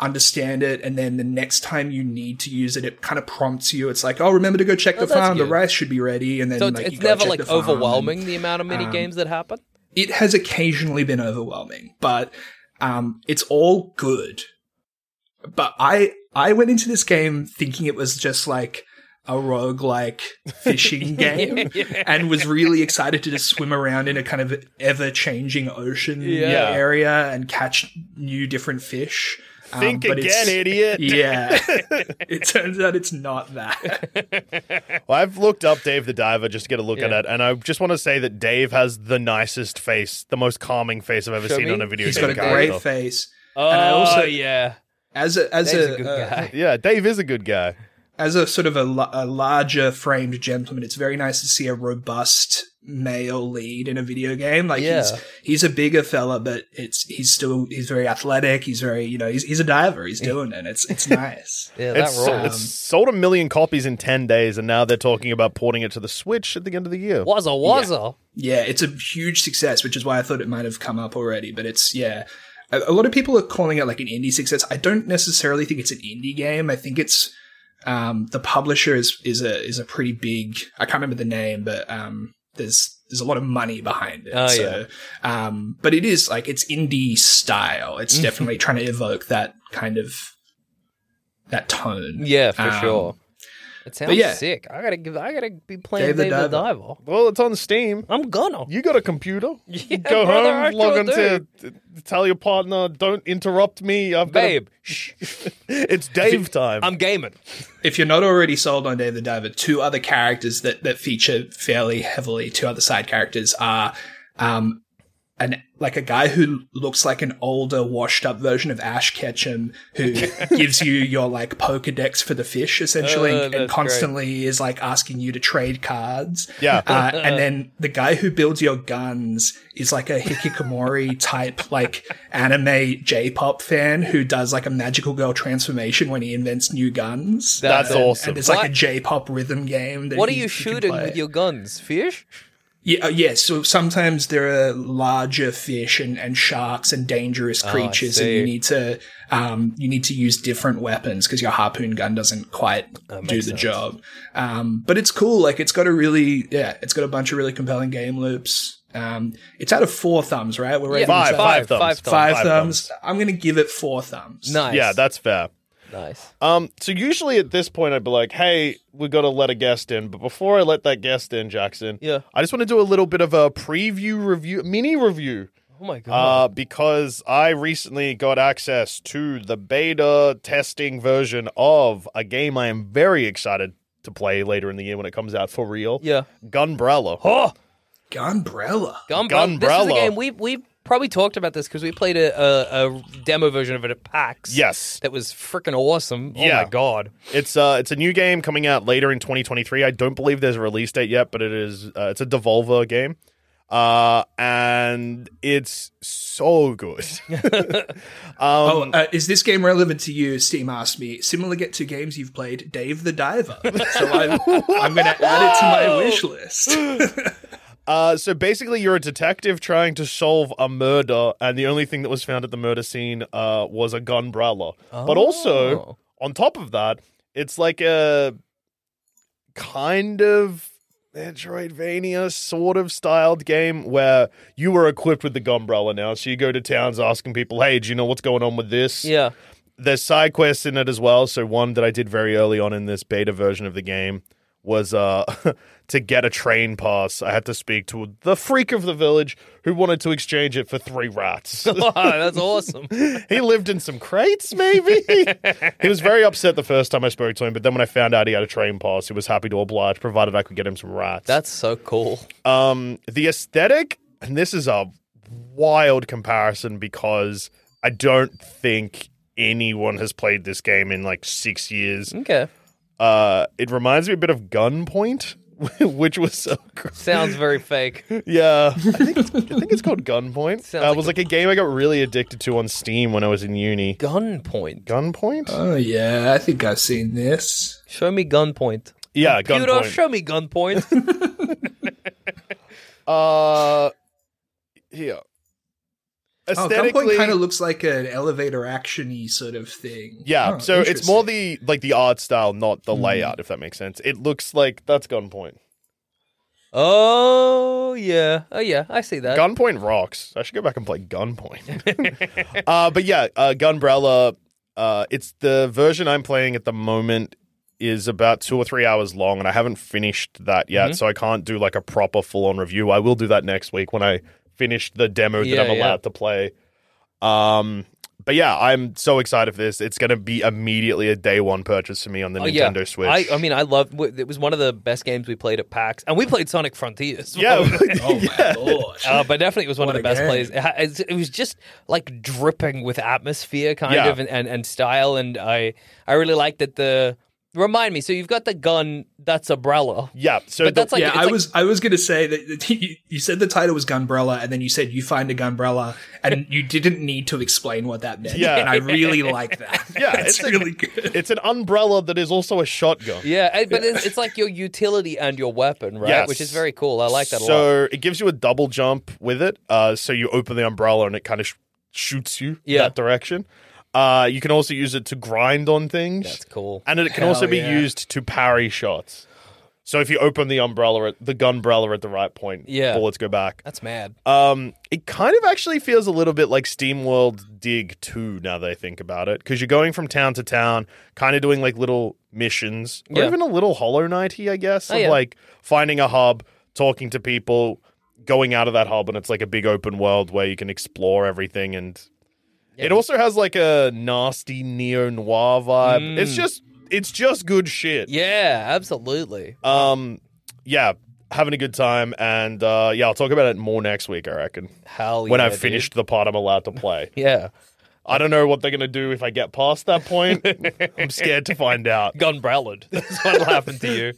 [SPEAKER 5] understand it and then the next time you need to use it it kind of prompts you it's like oh remember to go check the
[SPEAKER 2] that's
[SPEAKER 5] farm the
[SPEAKER 2] good.
[SPEAKER 5] rice should be ready and then
[SPEAKER 2] So
[SPEAKER 5] like,
[SPEAKER 2] it's
[SPEAKER 5] you
[SPEAKER 2] it's
[SPEAKER 5] go
[SPEAKER 2] never
[SPEAKER 5] check
[SPEAKER 2] like
[SPEAKER 5] the farm and-
[SPEAKER 2] overwhelming the amount of mini games that happen.
[SPEAKER 5] it has occasionally been overwhelming, but um, it's all good. But I I went into this game thinking it was just like a roguelike fishing game and was really excited to just swim around in a kind of ever changing ocean
[SPEAKER 2] Yeah.
[SPEAKER 5] area and catch new different fish. Um,
[SPEAKER 3] Think
[SPEAKER 5] but
[SPEAKER 3] again, idiot.
[SPEAKER 5] Yeah. it turns out it's not that.
[SPEAKER 3] Well, I've looked up Dave the Diver just to get a look
[SPEAKER 2] Yeah.
[SPEAKER 3] at it, and I just want to say that Dave has the nicest face, the most calming face I've ever
[SPEAKER 2] Show
[SPEAKER 3] seen
[SPEAKER 2] me.
[SPEAKER 3] on a video
[SPEAKER 5] He's
[SPEAKER 3] game
[SPEAKER 5] got a
[SPEAKER 3] character.
[SPEAKER 5] great face.
[SPEAKER 2] Oh
[SPEAKER 5] I also-
[SPEAKER 2] yeah,
[SPEAKER 5] As a as
[SPEAKER 2] Dave's
[SPEAKER 5] a,
[SPEAKER 2] a good
[SPEAKER 5] uh,
[SPEAKER 2] guy.
[SPEAKER 3] Yeah, Dave is a good guy.
[SPEAKER 5] as a sort of a, la- a larger framed gentleman, it's very nice to see a robust male lead in a video game. Like
[SPEAKER 2] Yeah.
[SPEAKER 5] he's he's a bigger fella, but it's he's still he's very athletic. He's very you know he's he's a diver. He's doing it. It's it's nice.
[SPEAKER 2] Yeah, that Um,
[SPEAKER 3] It's,
[SPEAKER 2] rules.
[SPEAKER 3] it's sold a million copies in 10 days, and now they're talking about porting it to the Switch at the end of the year.
[SPEAKER 2] Wazza wazza.
[SPEAKER 5] yeah, it's a huge success, which is why I thought it might have come up already. But it's yeah. A a lot of people are calling it like an indie success. I don't necessarily think it's an indie game. I think it's um, the publisher is is a is a pretty big. I can't remember the name, but um, there's there's a lot of money behind it.
[SPEAKER 2] Oh,
[SPEAKER 5] so, um, but it is like it's indie style. It's
[SPEAKER 2] Mm.
[SPEAKER 5] definitely trying to evoke that kind of that tone.
[SPEAKER 2] Yeah, for
[SPEAKER 5] Um,
[SPEAKER 2] sure. It sounds
[SPEAKER 5] yeah.
[SPEAKER 2] sick. I gotta give. I gotta be playing
[SPEAKER 5] Dave
[SPEAKER 2] Dave,
[SPEAKER 5] the
[SPEAKER 2] the
[SPEAKER 5] Diver.
[SPEAKER 2] Diver.
[SPEAKER 3] Well, it's on Steam.
[SPEAKER 2] I'm gonna.
[SPEAKER 3] You got a computer.
[SPEAKER 2] Yeah,
[SPEAKER 3] Go
[SPEAKER 2] brother, I
[SPEAKER 3] home, log
[SPEAKER 2] sure
[SPEAKER 3] on to tell your partner, don't interrupt me. I've got a-
[SPEAKER 2] babe. Shh,
[SPEAKER 3] it's Dave time.
[SPEAKER 2] I'm gaming.
[SPEAKER 5] if you're not already sold on Dave the Diver, two other characters that, that feature fairly heavily, two other side characters are, um, an, like a guy who looks like an older, washed up version of Ash Ketchum, who gives you your like Pokedex for the fish essentially,
[SPEAKER 2] Oh,
[SPEAKER 5] and,
[SPEAKER 2] that's
[SPEAKER 5] and
[SPEAKER 2] great.
[SPEAKER 5] constantly is like asking you to trade cards.
[SPEAKER 3] Yeah.
[SPEAKER 5] Uh, and then the guy who builds your guns is like a hikikomori type, like anime J-pop fan who does like a magical girl transformation when he invents new guns.
[SPEAKER 3] That's
[SPEAKER 2] That's it.
[SPEAKER 3] awesome.
[SPEAKER 5] And it's like
[SPEAKER 2] What-
[SPEAKER 5] a J-pop rhythm game. That
[SPEAKER 2] What are
[SPEAKER 5] he-
[SPEAKER 2] you
[SPEAKER 5] he can
[SPEAKER 2] shooting
[SPEAKER 5] play.
[SPEAKER 2] with your guns? Fish?
[SPEAKER 5] Yeah, uh, yeah. So sometimes there are larger fish and, and sharks and dangerous creatures, and you
[SPEAKER 2] Ah, see.
[SPEAKER 5] need to um, you need to use different weapons because your harpoon gun doesn't quite do the job. Um, but it's cool. Like it's got a really yeah, it's got a bunch of really compelling game loops. Um, it's out of four thumbs, right? We're rating
[SPEAKER 3] Five,
[SPEAKER 5] this out-
[SPEAKER 3] five thumbs.
[SPEAKER 2] Five thumbs.
[SPEAKER 5] five
[SPEAKER 3] five
[SPEAKER 5] thumbs. I'm gonna give it four thumbs.
[SPEAKER 2] Nice.
[SPEAKER 3] Yeah, that's fair.
[SPEAKER 2] nice.
[SPEAKER 3] Um, so usually at this point I'd be like, "Hey, we got to let a guest in." But before I let that guest in, Jackson,
[SPEAKER 2] Yeah.
[SPEAKER 3] I just want to do a little bit of a preview review, mini review,
[SPEAKER 2] Oh my god.
[SPEAKER 3] uh, because I recently got access to the beta testing version of a game I am very excited to play later in the year when it comes out for real.
[SPEAKER 2] yeah.
[SPEAKER 3] Gunbrella. Oh,
[SPEAKER 5] Gunbrella.
[SPEAKER 2] Gunbrella. This is a
[SPEAKER 3] Gunbrella.
[SPEAKER 2] game we we probably talked about this because we played a, a, a demo version of it at PAX.
[SPEAKER 3] Yes.
[SPEAKER 2] that was freaking awesome. Oh
[SPEAKER 3] Yeah.
[SPEAKER 2] my god,
[SPEAKER 3] It's uh, it's a new game coming out later in 2023. I don't believe there's a release date yet, but it is. Uh, it's a Devolver game, uh, and it's so good.
[SPEAKER 5] oh, uh, is this game relevant to you? Steam asked me. Similar get to games you've played, Dave the Diver. So I'm, I'm going to add it to my wish list.
[SPEAKER 3] Uh, so basically, you're a detective trying to solve a murder, and the only thing that was found at the murder scene uh, was a gunbrella. But also, on top of that, it's like a kind of Metroidvania sort of styled game where you were equipped with the gunbrella now. So you go to towns asking people, hey, do you know what's going on with this?
[SPEAKER 2] yeah,
[SPEAKER 3] there's side quests in it as well. So one that I did very early on in this beta version of the game was uh, to get a train pass. I had to speak to the freak of the village who wanted to exchange it for three rats.
[SPEAKER 2] wow, that's awesome.
[SPEAKER 3] he lived in some crates, maybe. he was very upset the first time I spoke to him, but then when I found out he had a train pass, he was happy to oblige, provided I could get him some rats.
[SPEAKER 2] That's so cool.
[SPEAKER 3] Um, the aesthetic, and this is a wild comparison because I don't think anyone has played this game in like six years.
[SPEAKER 2] Okay,
[SPEAKER 3] Uh, it reminds me a bit of Gunpoint, which was so gr-
[SPEAKER 2] sounds very fake.
[SPEAKER 3] yeah. I think it's, I think it's called Gunpoint. That
[SPEAKER 2] Sounds like
[SPEAKER 3] was like a game I got really addicted to on Steam when I was in uni.
[SPEAKER 2] Gunpoint.
[SPEAKER 3] Gunpoint?
[SPEAKER 2] Uh,
[SPEAKER 5] Oh, yeah. I think I've seen this.
[SPEAKER 2] Show me gunpoint.
[SPEAKER 3] yeah,
[SPEAKER 2] Computer,
[SPEAKER 3] Gunpoint.
[SPEAKER 2] show me gunpoint.
[SPEAKER 3] uh, here.
[SPEAKER 5] Oh,
[SPEAKER 3] Aesthetically,
[SPEAKER 5] Gunpoint kind of looks like an elevator actiony sort of thing.
[SPEAKER 3] Yeah,
[SPEAKER 5] Oh,
[SPEAKER 3] so it's more
[SPEAKER 5] interesting.
[SPEAKER 3] the like the art style, not the layout, if that makes sense. It looks like that's Gunpoint.
[SPEAKER 2] oh yeah, oh yeah, I see that.
[SPEAKER 3] Gunpoint rocks. I should go back and play Gunpoint. uh, but yeah, uh, Gunbrella. Uh, it's the version I'm playing at the moment is about two or three hours long, and I haven't finished that yet,
[SPEAKER 2] Mm-hmm.
[SPEAKER 3] so I can't do like a proper full on review. I will do that next week when I finish the demo that
[SPEAKER 2] Yeah,
[SPEAKER 3] I'm allowed
[SPEAKER 2] yeah.
[SPEAKER 3] to play. Um, but yeah, I'm so excited for this. It's going to be immediately a day one purchase for me on the
[SPEAKER 2] Oh, yeah.
[SPEAKER 3] Nintendo Switch.
[SPEAKER 2] I, I mean, I loved. It was one of the best games we played at PAX, and we played Sonic Frontiers.
[SPEAKER 3] Yeah. Um,
[SPEAKER 5] Oh, my lord.
[SPEAKER 2] Uh, but definitely, it was one of
[SPEAKER 5] What
[SPEAKER 2] the
[SPEAKER 5] a
[SPEAKER 2] best
[SPEAKER 5] game.
[SPEAKER 2] plays. It ha- It's, it was just like dripping with atmosphere, kind
[SPEAKER 3] Yeah.
[SPEAKER 2] of, and, and, and style. And I, I really liked that. The remind me. So you've got the gun. That's umbrella.
[SPEAKER 3] yeah. So
[SPEAKER 2] But
[SPEAKER 3] the-
[SPEAKER 2] that's like
[SPEAKER 5] yeah,
[SPEAKER 2] it's
[SPEAKER 5] I
[SPEAKER 2] like-
[SPEAKER 5] was I was gonna say that that you, you said the title was Gunbrella, and then you said you find a Gunbrella, and you didn't need to explain what that meant.
[SPEAKER 3] Yeah.
[SPEAKER 5] and I really like that.
[SPEAKER 3] Yeah,
[SPEAKER 5] it's,
[SPEAKER 3] it's a-
[SPEAKER 5] really good.
[SPEAKER 3] it's an umbrella that is also a shotgun.
[SPEAKER 2] Yeah, and- but it's, it's like your utility and your weapon, right?
[SPEAKER 3] Yes.
[SPEAKER 2] Which is very cool. I like that a lot.
[SPEAKER 3] So it gives you a double jump with it. Uh, so you open the umbrella and it kind of sh- shoots you
[SPEAKER 2] Yeah.
[SPEAKER 3] that direction. Uh, you can also use it to grind on things.
[SPEAKER 2] That's cool.
[SPEAKER 3] And it can also
[SPEAKER 5] Hell
[SPEAKER 3] be
[SPEAKER 5] yeah.
[SPEAKER 3] used to parry shots. So if you open the umbrella, at, the gunbrella at the right point,
[SPEAKER 2] Yeah.
[SPEAKER 3] bullets go back.
[SPEAKER 2] That's mad.
[SPEAKER 3] Um, it kind of actually feels a little bit like SteamWorld Dig 2 now that I think about it, because you're going from town to town, kind of doing like little missions, or
[SPEAKER 2] Yeah.
[SPEAKER 3] even a little Hollow Knighty, I guess,
[SPEAKER 2] Oh,
[SPEAKER 3] of
[SPEAKER 2] yeah.
[SPEAKER 3] like finding a hub, talking to people, going out of that hub, and it's like a big open world where you can explore everything. And it also has like a nasty neo noir vibe. It's just, it's just good shit.
[SPEAKER 2] Mm. Yeah, absolutely.
[SPEAKER 3] Um, yeah, having a good time, and uh, yeah, I'll talk about it more next week, I reckon
[SPEAKER 2] Hell
[SPEAKER 3] when
[SPEAKER 2] Oh, yeah,
[SPEAKER 3] I've
[SPEAKER 2] dude.
[SPEAKER 3] finished the part I'm allowed to play.
[SPEAKER 2] Yeah,
[SPEAKER 3] I don't know what they're going to do if I get past that point. I'm scared to find out.
[SPEAKER 2] gunbrella. That's what'll happen to you.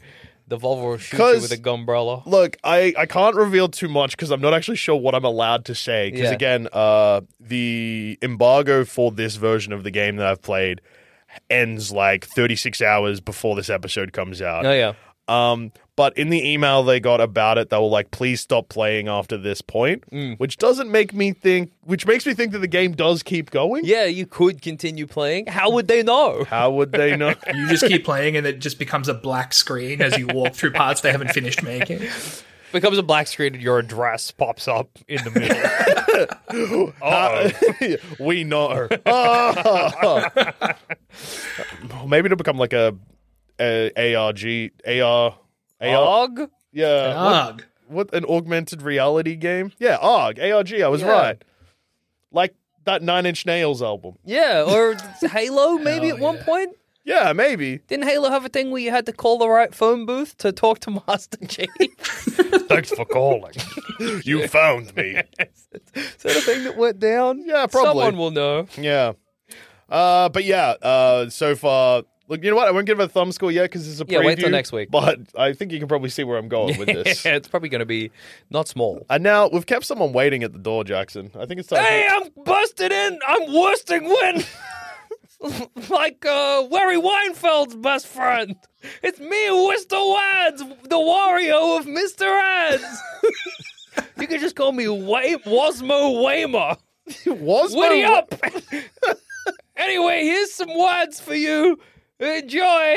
[SPEAKER 2] The Volvo will shoot you
[SPEAKER 3] 'Cause-
[SPEAKER 2] with a gunbrella.
[SPEAKER 3] Look, I, I can't reveal too much because I'm not actually sure what I'm allowed to say. Because
[SPEAKER 2] Yeah.
[SPEAKER 3] again, uh, the embargo for this version of the game that I've played ends like 36 hours before this episode comes out.
[SPEAKER 2] Oh yeah.
[SPEAKER 3] Um, but in the email they got about it, they were like, "Please stop playing after this point,"
[SPEAKER 2] Mm.
[SPEAKER 3] which doesn't make me think. Which makes me think that the game does keep going.
[SPEAKER 2] Yeah, you could continue playing. How would they know?
[SPEAKER 3] How would they know?
[SPEAKER 5] You just keep playing, and it just becomes a black screen as you walk through parts they haven't finished making.
[SPEAKER 2] becomes a black screen and your address pops up in the middle.
[SPEAKER 3] Uh, we know. Ah. Maybe it'll become like a, a ARG, AR, AR,
[SPEAKER 2] Og?
[SPEAKER 3] yeah. What-
[SPEAKER 5] Ugh.
[SPEAKER 3] What, an augmented reality game? Yeah, ARG, ARG. I was
[SPEAKER 2] Yeah.
[SPEAKER 3] right. Like that Nine Inch Nails album.
[SPEAKER 2] Yeah, or Halo maybe
[SPEAKER 5] Hell
[SPEAKER 2] at one
[SPEAKER 5] yeah.
[SPEAKER 2] point?
[SPEAKER 3] Yeah, maybe.
[SPEAKER 2] Didn't Halo have a thing where you had to call the right phone booth to talk to Master Chief?
[SPEAKER 3] Thanks for calling. you found me.
[SPEAKER 2] Is that a thing that went down?
[SPEAKER 3] Yeah, probably.
[SPEAKER 2] Someone will know.
[SPEAKER 3] Yeah. Uh, but yeah, uh, so far, look, you know what? I won't give it a thumb score yet because it's a preview.
[SPEAKER 2] Yeah, wait till next week.
[SPEAKER 3] But I think you can probably see where I'm going with this.
[SPEAKER 2] Yeah, it's probably going to be not small.
[SPEAKER 3] And now we've kept someone waiting at the door, Jackson. I think it's time.
[SPEAKER 2] Hey,
[SPEAKER 3] for-
[SPEAKER 2] I'm busted in. I'm worsting Win. like uh, Larry Weinfeld's best friend. It's me, Wister Wads, the Wario of Mr. Ads. you can just call me Way- Wasmo Wamer.
[SPEAKER 3] was
[SPEAKER 2] uh, Woody
[SPEAKER 3] my-
[SPEAKER 2] up. anyway, here's some words for you. Enjoy.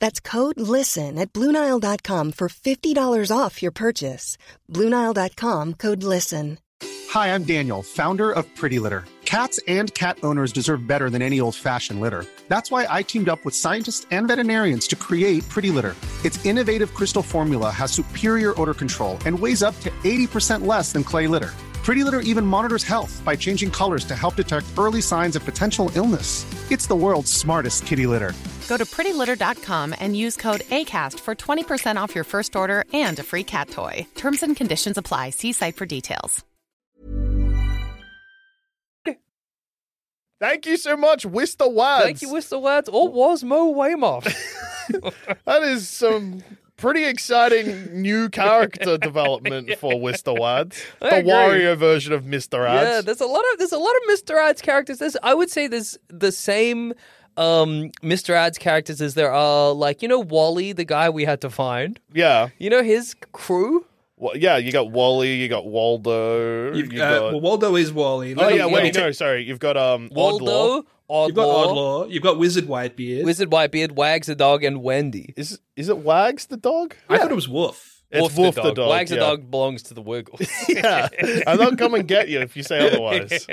[SPEAKER 6] That's code LISTEN at Bluenile.com for $50 off your purchase. Bluenile.com code LISTEN.
[SPEAKER 7] Hi, I'm Daniel, founder of Pretty Litter. Cats and cat owners deserve better than any old fashioned litter. That's why I teamed up with scientists and veterinarians to create Pretty Litter. Its innovative crystal formula has superior odor control and weighs up to 80% less than clay litter. Pretty Litter even monitors health by changing colors to help detect early signs of potential illness. It's the world's smartest kitty litter.
[SPEAKER 8] Go to prettylitter.com and use code ACAST for 20% off your first order and a free cat toy. Terms and conditions apply. See site for details.
[SPEAKER 3] Thank you so much, Wister Wads.
[SPEAKER 2] Thank you, Wister Wads, or Wasmo Wamer.
[SPEAKER 3] That is some pretty exciting new character development for Wister Wads. The
[SPEAKER 2] I agree.
[SPEAKER 3] Wario version of Mr. Ads.
[SPEAKER 2] Yeah, there's a lot of there's a lot of Mr. Ads characters. There's, I would say there's the same um, Mr. Ads characters as there are like you know Wally, the guy we had to find.
[SPEAKER 3] yeah.
[SPEAKER 2] You know his crew.
[SPEAKER 3] Well, yeah, you got Wally, you got Waldo.
[SPEAKER 5] You've
[SPEAKER 3] you
[SPEAKER 5] got,
[SPEAKER 3] got-
[SPEAKER 5] well, Waldo is Wally.
[SPEAKER 3] oh, yeah,
[SPEAKER 2] me-
[SPEAKER 3] wait,
[SPEAKER 2] let me
[SPEAKER 3] no, sorry. You've got um, Oddlaw.
[SPEAKER 2] Waldo, Oddlaw,
[SPEAKER 5] You've got Oddlaw. You've got Wizard Whitebeard.
[SPEAKER 2] Wizard Whitebeard, Wags the dog, and Wendy.
[SPEAKER 3] Is, is it Wags the dog?
[SPEAKER 5] I thought it was Wolf.
[SPEAKER 3] It's Wolf the dog,
[SPEAKER 2] Wags
[SPEAKER 3] yeah.
[SPEAKER 2] the dog belongs to the Wiggles.
[SPEAKER 3] Yeah. and they'll come and get you if you say otherwise.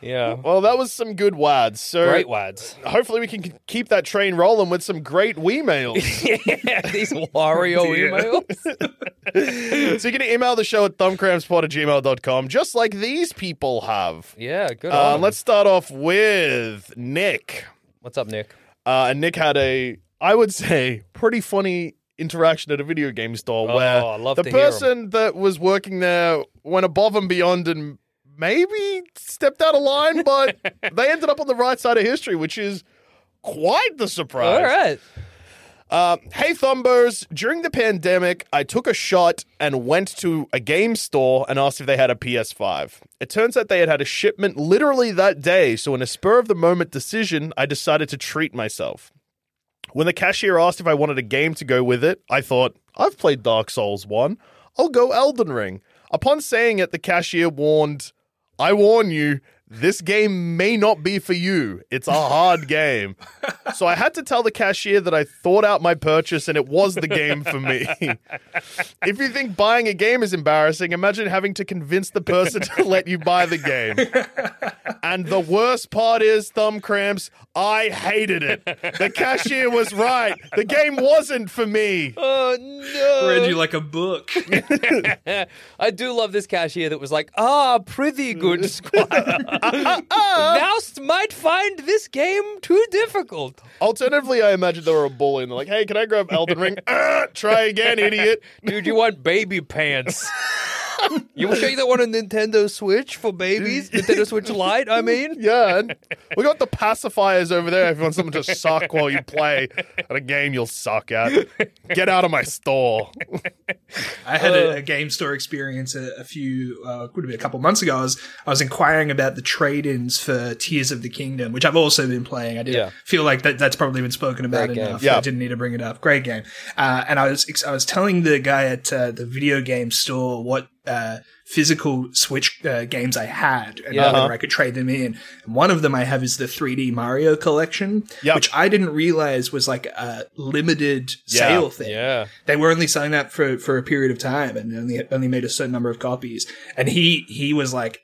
[SPEAKER 2] yeah,
[SPEAKER 3] Well, that was some good wads. So
[SPEAKER 2] great Wads.
[SPEAKER 3] hopefully we can c- keep that train rolling with some great we mails.
[SPEAKER 2] yeah, these Wario emails.
[SPEAKER 3] so you can email the show at thumbcrampspot at gmail.com, just like these people have.
[SPEAKER 2] Yeah, good.
[SPEAKER 3] Uh,
[SPEAKER 2] on.
[SPEAKER 3] let's start off with Nick.
[SPEAKER 2] What's up, Nick?
[SPEAKER 3] Uh, and Nick had a, I would say, pretty funny interaction at a video game store
[SPEAKER 2] Oh,
[SPEAKER 3] where
[SPEAKER 2] I love
[SPEAKER 3] the
[SPEAKER 2] to hear 'em.
[SPEAKER 3] person that was working there went above and beyond and maybe stepped out of line, but they ended up on the right side of history, which is quite the surprise.
[SPEAKER 2] All right.
[SPEAKER 3] Uh, hey, Thumbos. During the pandemic, I took a shot and went to a game store and asked if they had a PS5. It turns out they had had a shipment literally that day, so in a spur of the moment decision, I decided to treat myself. When the cashier asked if I wanted a game to go with it, I thought, I've played Dark Souls 1. I'll go Elden Ring. Upon saying it, the cashier warned, I warn you, this game may not be for you. It's a hard game. So I had to tell the cashier that I thought out my purchase and it was the game for me. if you think buying a game is embarrassing, imagine having to convince the person to let you buy the game. And the worst part is thumb cramps. I hated it. The cashier was right. The game wasn't for me.
[SPEAKER 2] Oh no!
[SPEAKER 5] Read you like a book.
[SPEAKER 2] I do love this cashier that was like, ah, prithee,
[SPEAKER 3] Mm.
[SPEAKER 2] good squire, thou might find this game too difficult.
[SPEAKER 3] Alternatively, I imagine they were a bully and they're like, hey, can I grab Elden Ring? Ah, try again, idiot.
[SPEAKER 2] Dude, you want baby pants. you will show you that one on Nintendo Switch for babies? Nintendo Switch Lite, I mean?
[SPEAKER 3] Yeah, and we got the pacifiers over there if you want someone to suck while you play at a game you'll suck at. Get out of my store.
[SPEAKER 5] I had Uh, a, a game store experience a, a few, uh, would have been a couple months ago. I was, I was inquiring about the trade-ins for Tears of the Kingdom, which I've also been playing. I did
[SPEAKER 2] Yeah.
[SPEAKER 5] feel like that that's probably been spoken about
[SPEAKER 2] Great game.
[SPEAKER 5] enough.
[SPEAKER 3] Yeah.
[SPEAKER 5] I didn't need to bring it up. Great game. Uh, and I was ex- I was telling the guy at uh, the video game store what. Uh, physical Switch uh, games I had, and
[SPEAKER 2] Yeah.
[SPEAKER 5] whether I could trade them in. And one of them I have is the 3D Mario collection,
[SPEAKER 3] Yep.
[SPEAKER 5] which I didn't realize was like a limited
[SPEAKER 3] Yeah.
[SPEAKER 5] sale thing they were only selling that for for a period of time and only only made a certain number of copies and he he was like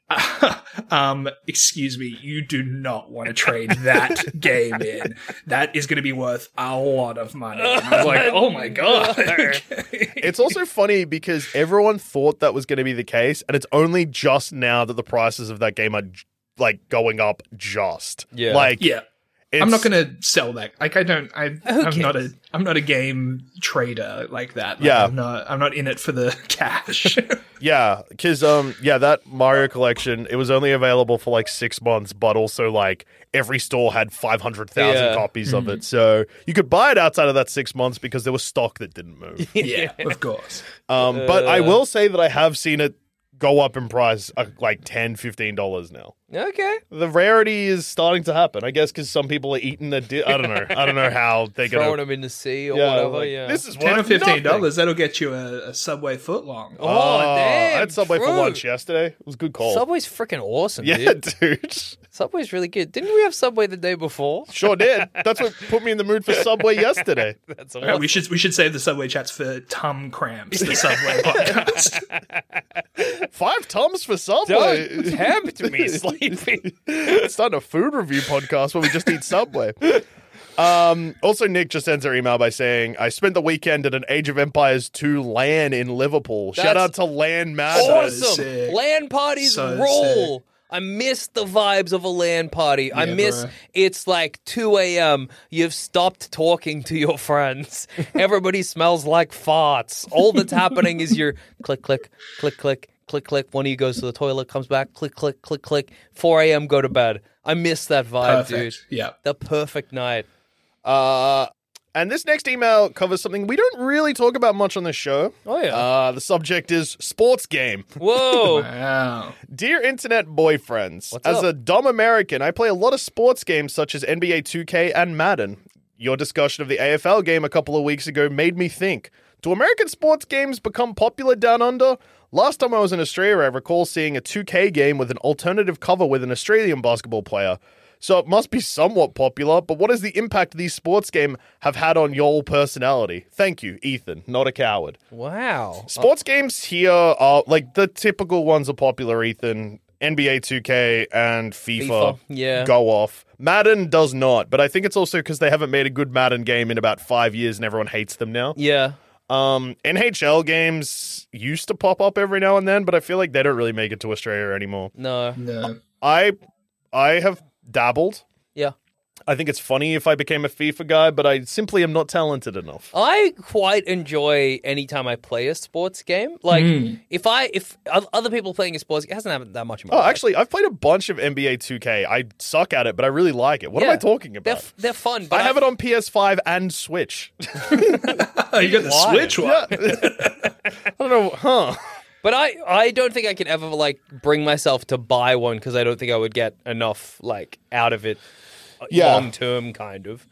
[SPEAKER 5] um excuse me you do not want to trade that game in that is going to be worth a lot of money and i was like oh my god
[SPEAKER 3] It's also funny because everyone thought that was going to be the case, and it's only just now that the prices of that game are j- like going up. Just
[SPEAKER 2] Yeah.
[SPEAKER 3] like
[SPEAKER 5] yeah
[SPEAKER 3] it's,
[SPEAKER 5] i'm not going to sell that like i don't i
[SPEAKER 2] cares?
[SPEAKER 5] i'm not a i'm not a game trader like that Like,
[SPEAKER 3] Yeah.
[SPEAKER 5] i'm not i'm not in it for the cash
[SPEAKER 3] Yeah, because um, yeah, that Mario collection it was only available for like six months, but also like every store had five hundred thousand
[SPEAKER 2] Yeah. Mm-hmm.
[SPEAKER 3] copies of it, so you could buy it outside of that six months because there was stock that didn't move.
[SPEAKER 5] yeah of course
[SPEAKER 3] Um, but
[SPEAKER 2] Uh.
[SPEAKER 3] I will say that I have seen it go up in price uh, like 10 dollars now.
[SPEAKER 2] Okay.
[SPEAKER 3] the rarity is starting to happen, I guess, because some people are eating the. Di- I don't know. I don't know how they
[SPEAKER 2] Throwing
[SPEAKER 3] gonna.
[SPEAKER 2] them in the sea or
[SPEAKER 3] Yeah,
[SPEAKER 2] whatever,
[SPEAKER 3] like,
[SPEAKER 2] yeah.
[SPEAKER 3] This is
[SPEAKER 5] 10 or
[SPEAKER 3] worth
[SPEAKER 5] 15
[SPEAKER 3] nothing.
[SPEAKER 5] dollars that'll get you a, a subway footlong
[SPEAKER 2] oh,
[SPEAKER 3] I
[SPEAKER 2] damn.
[SPEAKER 3] had Subway for
[SPEAKER 2] true.
[SPEAKER 3] lunch yesterday. It was a good call.
[SPEAKER 2] Subway's freaking awesome,
[SPEAKER 3] yeah,
[SPEAKER 2] dude.
[SPEAKER 3] dude.
[SPEAKER 2] Subway's really good. Didn't we have Subway the day before?
[SPEAKER 3] Sure did. That's what put me in the mood for Subway yesterday.
[SPEAKER 2] That's
[SPEAKER 5] All right, Uh, we should we should save the subway chats for Tom Cramps, the subway podcast.
[SPEAKER 3] Five tums for Subway.
[SPEAKER 2] Don't tempt me, sleepy.
[SPEAKER 3] it's starting a food review podcast where we just eat Subway. Um, also, Nick just sends her email by saying, I spent the weekend at an Age of Empires 2 LAN in Liverpool. Shout
[SPEAKER 2] That's
[SPEAKER 3] out to LAN Madness.
[SPEAKER 2] awesome.
[SPEAKER 5] sick.
[SPEAKER 2] Land parties
[SPEAKER 5] So
[SPEAKER 2] roll. I miss the vibes of a land party. I
[SPEAKER 5] Yeah,
[SPEAKER 2] miss
[SPEAKER 5] bruh.
[SPEAKER 2] it's like 2 a.m. You've stopped talking to your friends. Everybody smells like farts. All that's happening is your click, click, click, click, click, click. One of you goes to the toilet, comes back, click, click, click, click. 4 a.m. go to bed. I miss that
[SPEAKER 5] Perfect.
[SPEAKER 2] vibe, dude.
[SPEAKER 5] Yeah.
[SPEAKER 2] The perfect night.
[SPEAKER 3] Uh, and this next email covers something we don't really talk about much on this show.
[SPEAKER 2] Oh, yeah.
[SPEAKER 3] Uh, the subject is sports game.
[SPEAKER 2] Whoa.
[SPEAKER 5] Wow.
[SPEAKER 3] Dear internet boyfriends,
[SPEAKER 2] What's
[SPEAKER 3] as
[SPEAKER 2] up?
[SPEAKER 3] a dumb American, I play a lot of sports games such as NBA 2K and Madden. Your discussion of the AFL game a couple of weeks ago made me think do American sports games become popular down under? Last time I was in Australia, I recall seeing a 2K game with an alternative cover with an Australian basketball player. So it must be somewhat popular, but what is the impact these sports game have had on your personality? Thank you, Ethan, not a coward.
[SPEAKER 2] Wow.
[SPEAKER 3] Sports games here are like the typical ones are popular, Ethan. NBA 2K and FIFA,
[SPEAKER 2] FIFA, yeah.
[SPEAKER 3] go off. Madden does not, but I think it's also because they haven't made a good Madden game in about five years and everyone hates them now.
[SPEAKER 2] Yeah.
[SPEAKER 3] Um, NHL games used to pop up every now and then, but I feel like they don't really make it to Australia anymore.
[SPEAKER 2] No.
[SPEAKER 5] No.
[SPEAKER 3] I I have dabbled.
[SPEAKER 2] Yeah.
[SPEAKER 3] I think it's funny if I became a FIFA guy, but I simply am not talented enough.
[SPEAKER 2] I quite enjoy anytime I play a sports game. Like
[SPEAKER 3] Hmm.
[SPEAKER 2] if I if oth- other people playing a sports, it hasn't happened that much. In my
[SPEAKER 3] Oh,
[SPEAKER 2] life.
[SPEAKER 3] actually, I've played a bunch of NBA 2K. I suck at it, but I really like it. What am
[SPEAKER 2] Yeah.
[SPEAKER 3] I talking
[SPEAKER 2] they're
[SPEAKER 3] about?
[SPEAKER 2] f- they're fun. But
[SPEAKER 3] I have it on PS5 and Switch.
[SPEAKER 5] Oh, you got the
[SPEAKER 2] Why?
[SPEAKER 5] Switch one.
[SPEAKER 3] I don't know, huh?
[SPEAKER 2] But I I don't think I can ever like bring myself to buy one because I don't think I would get enough like out of it.
[SPEAKER 3] Yeah.
[SPEAKER 2] long term kind of.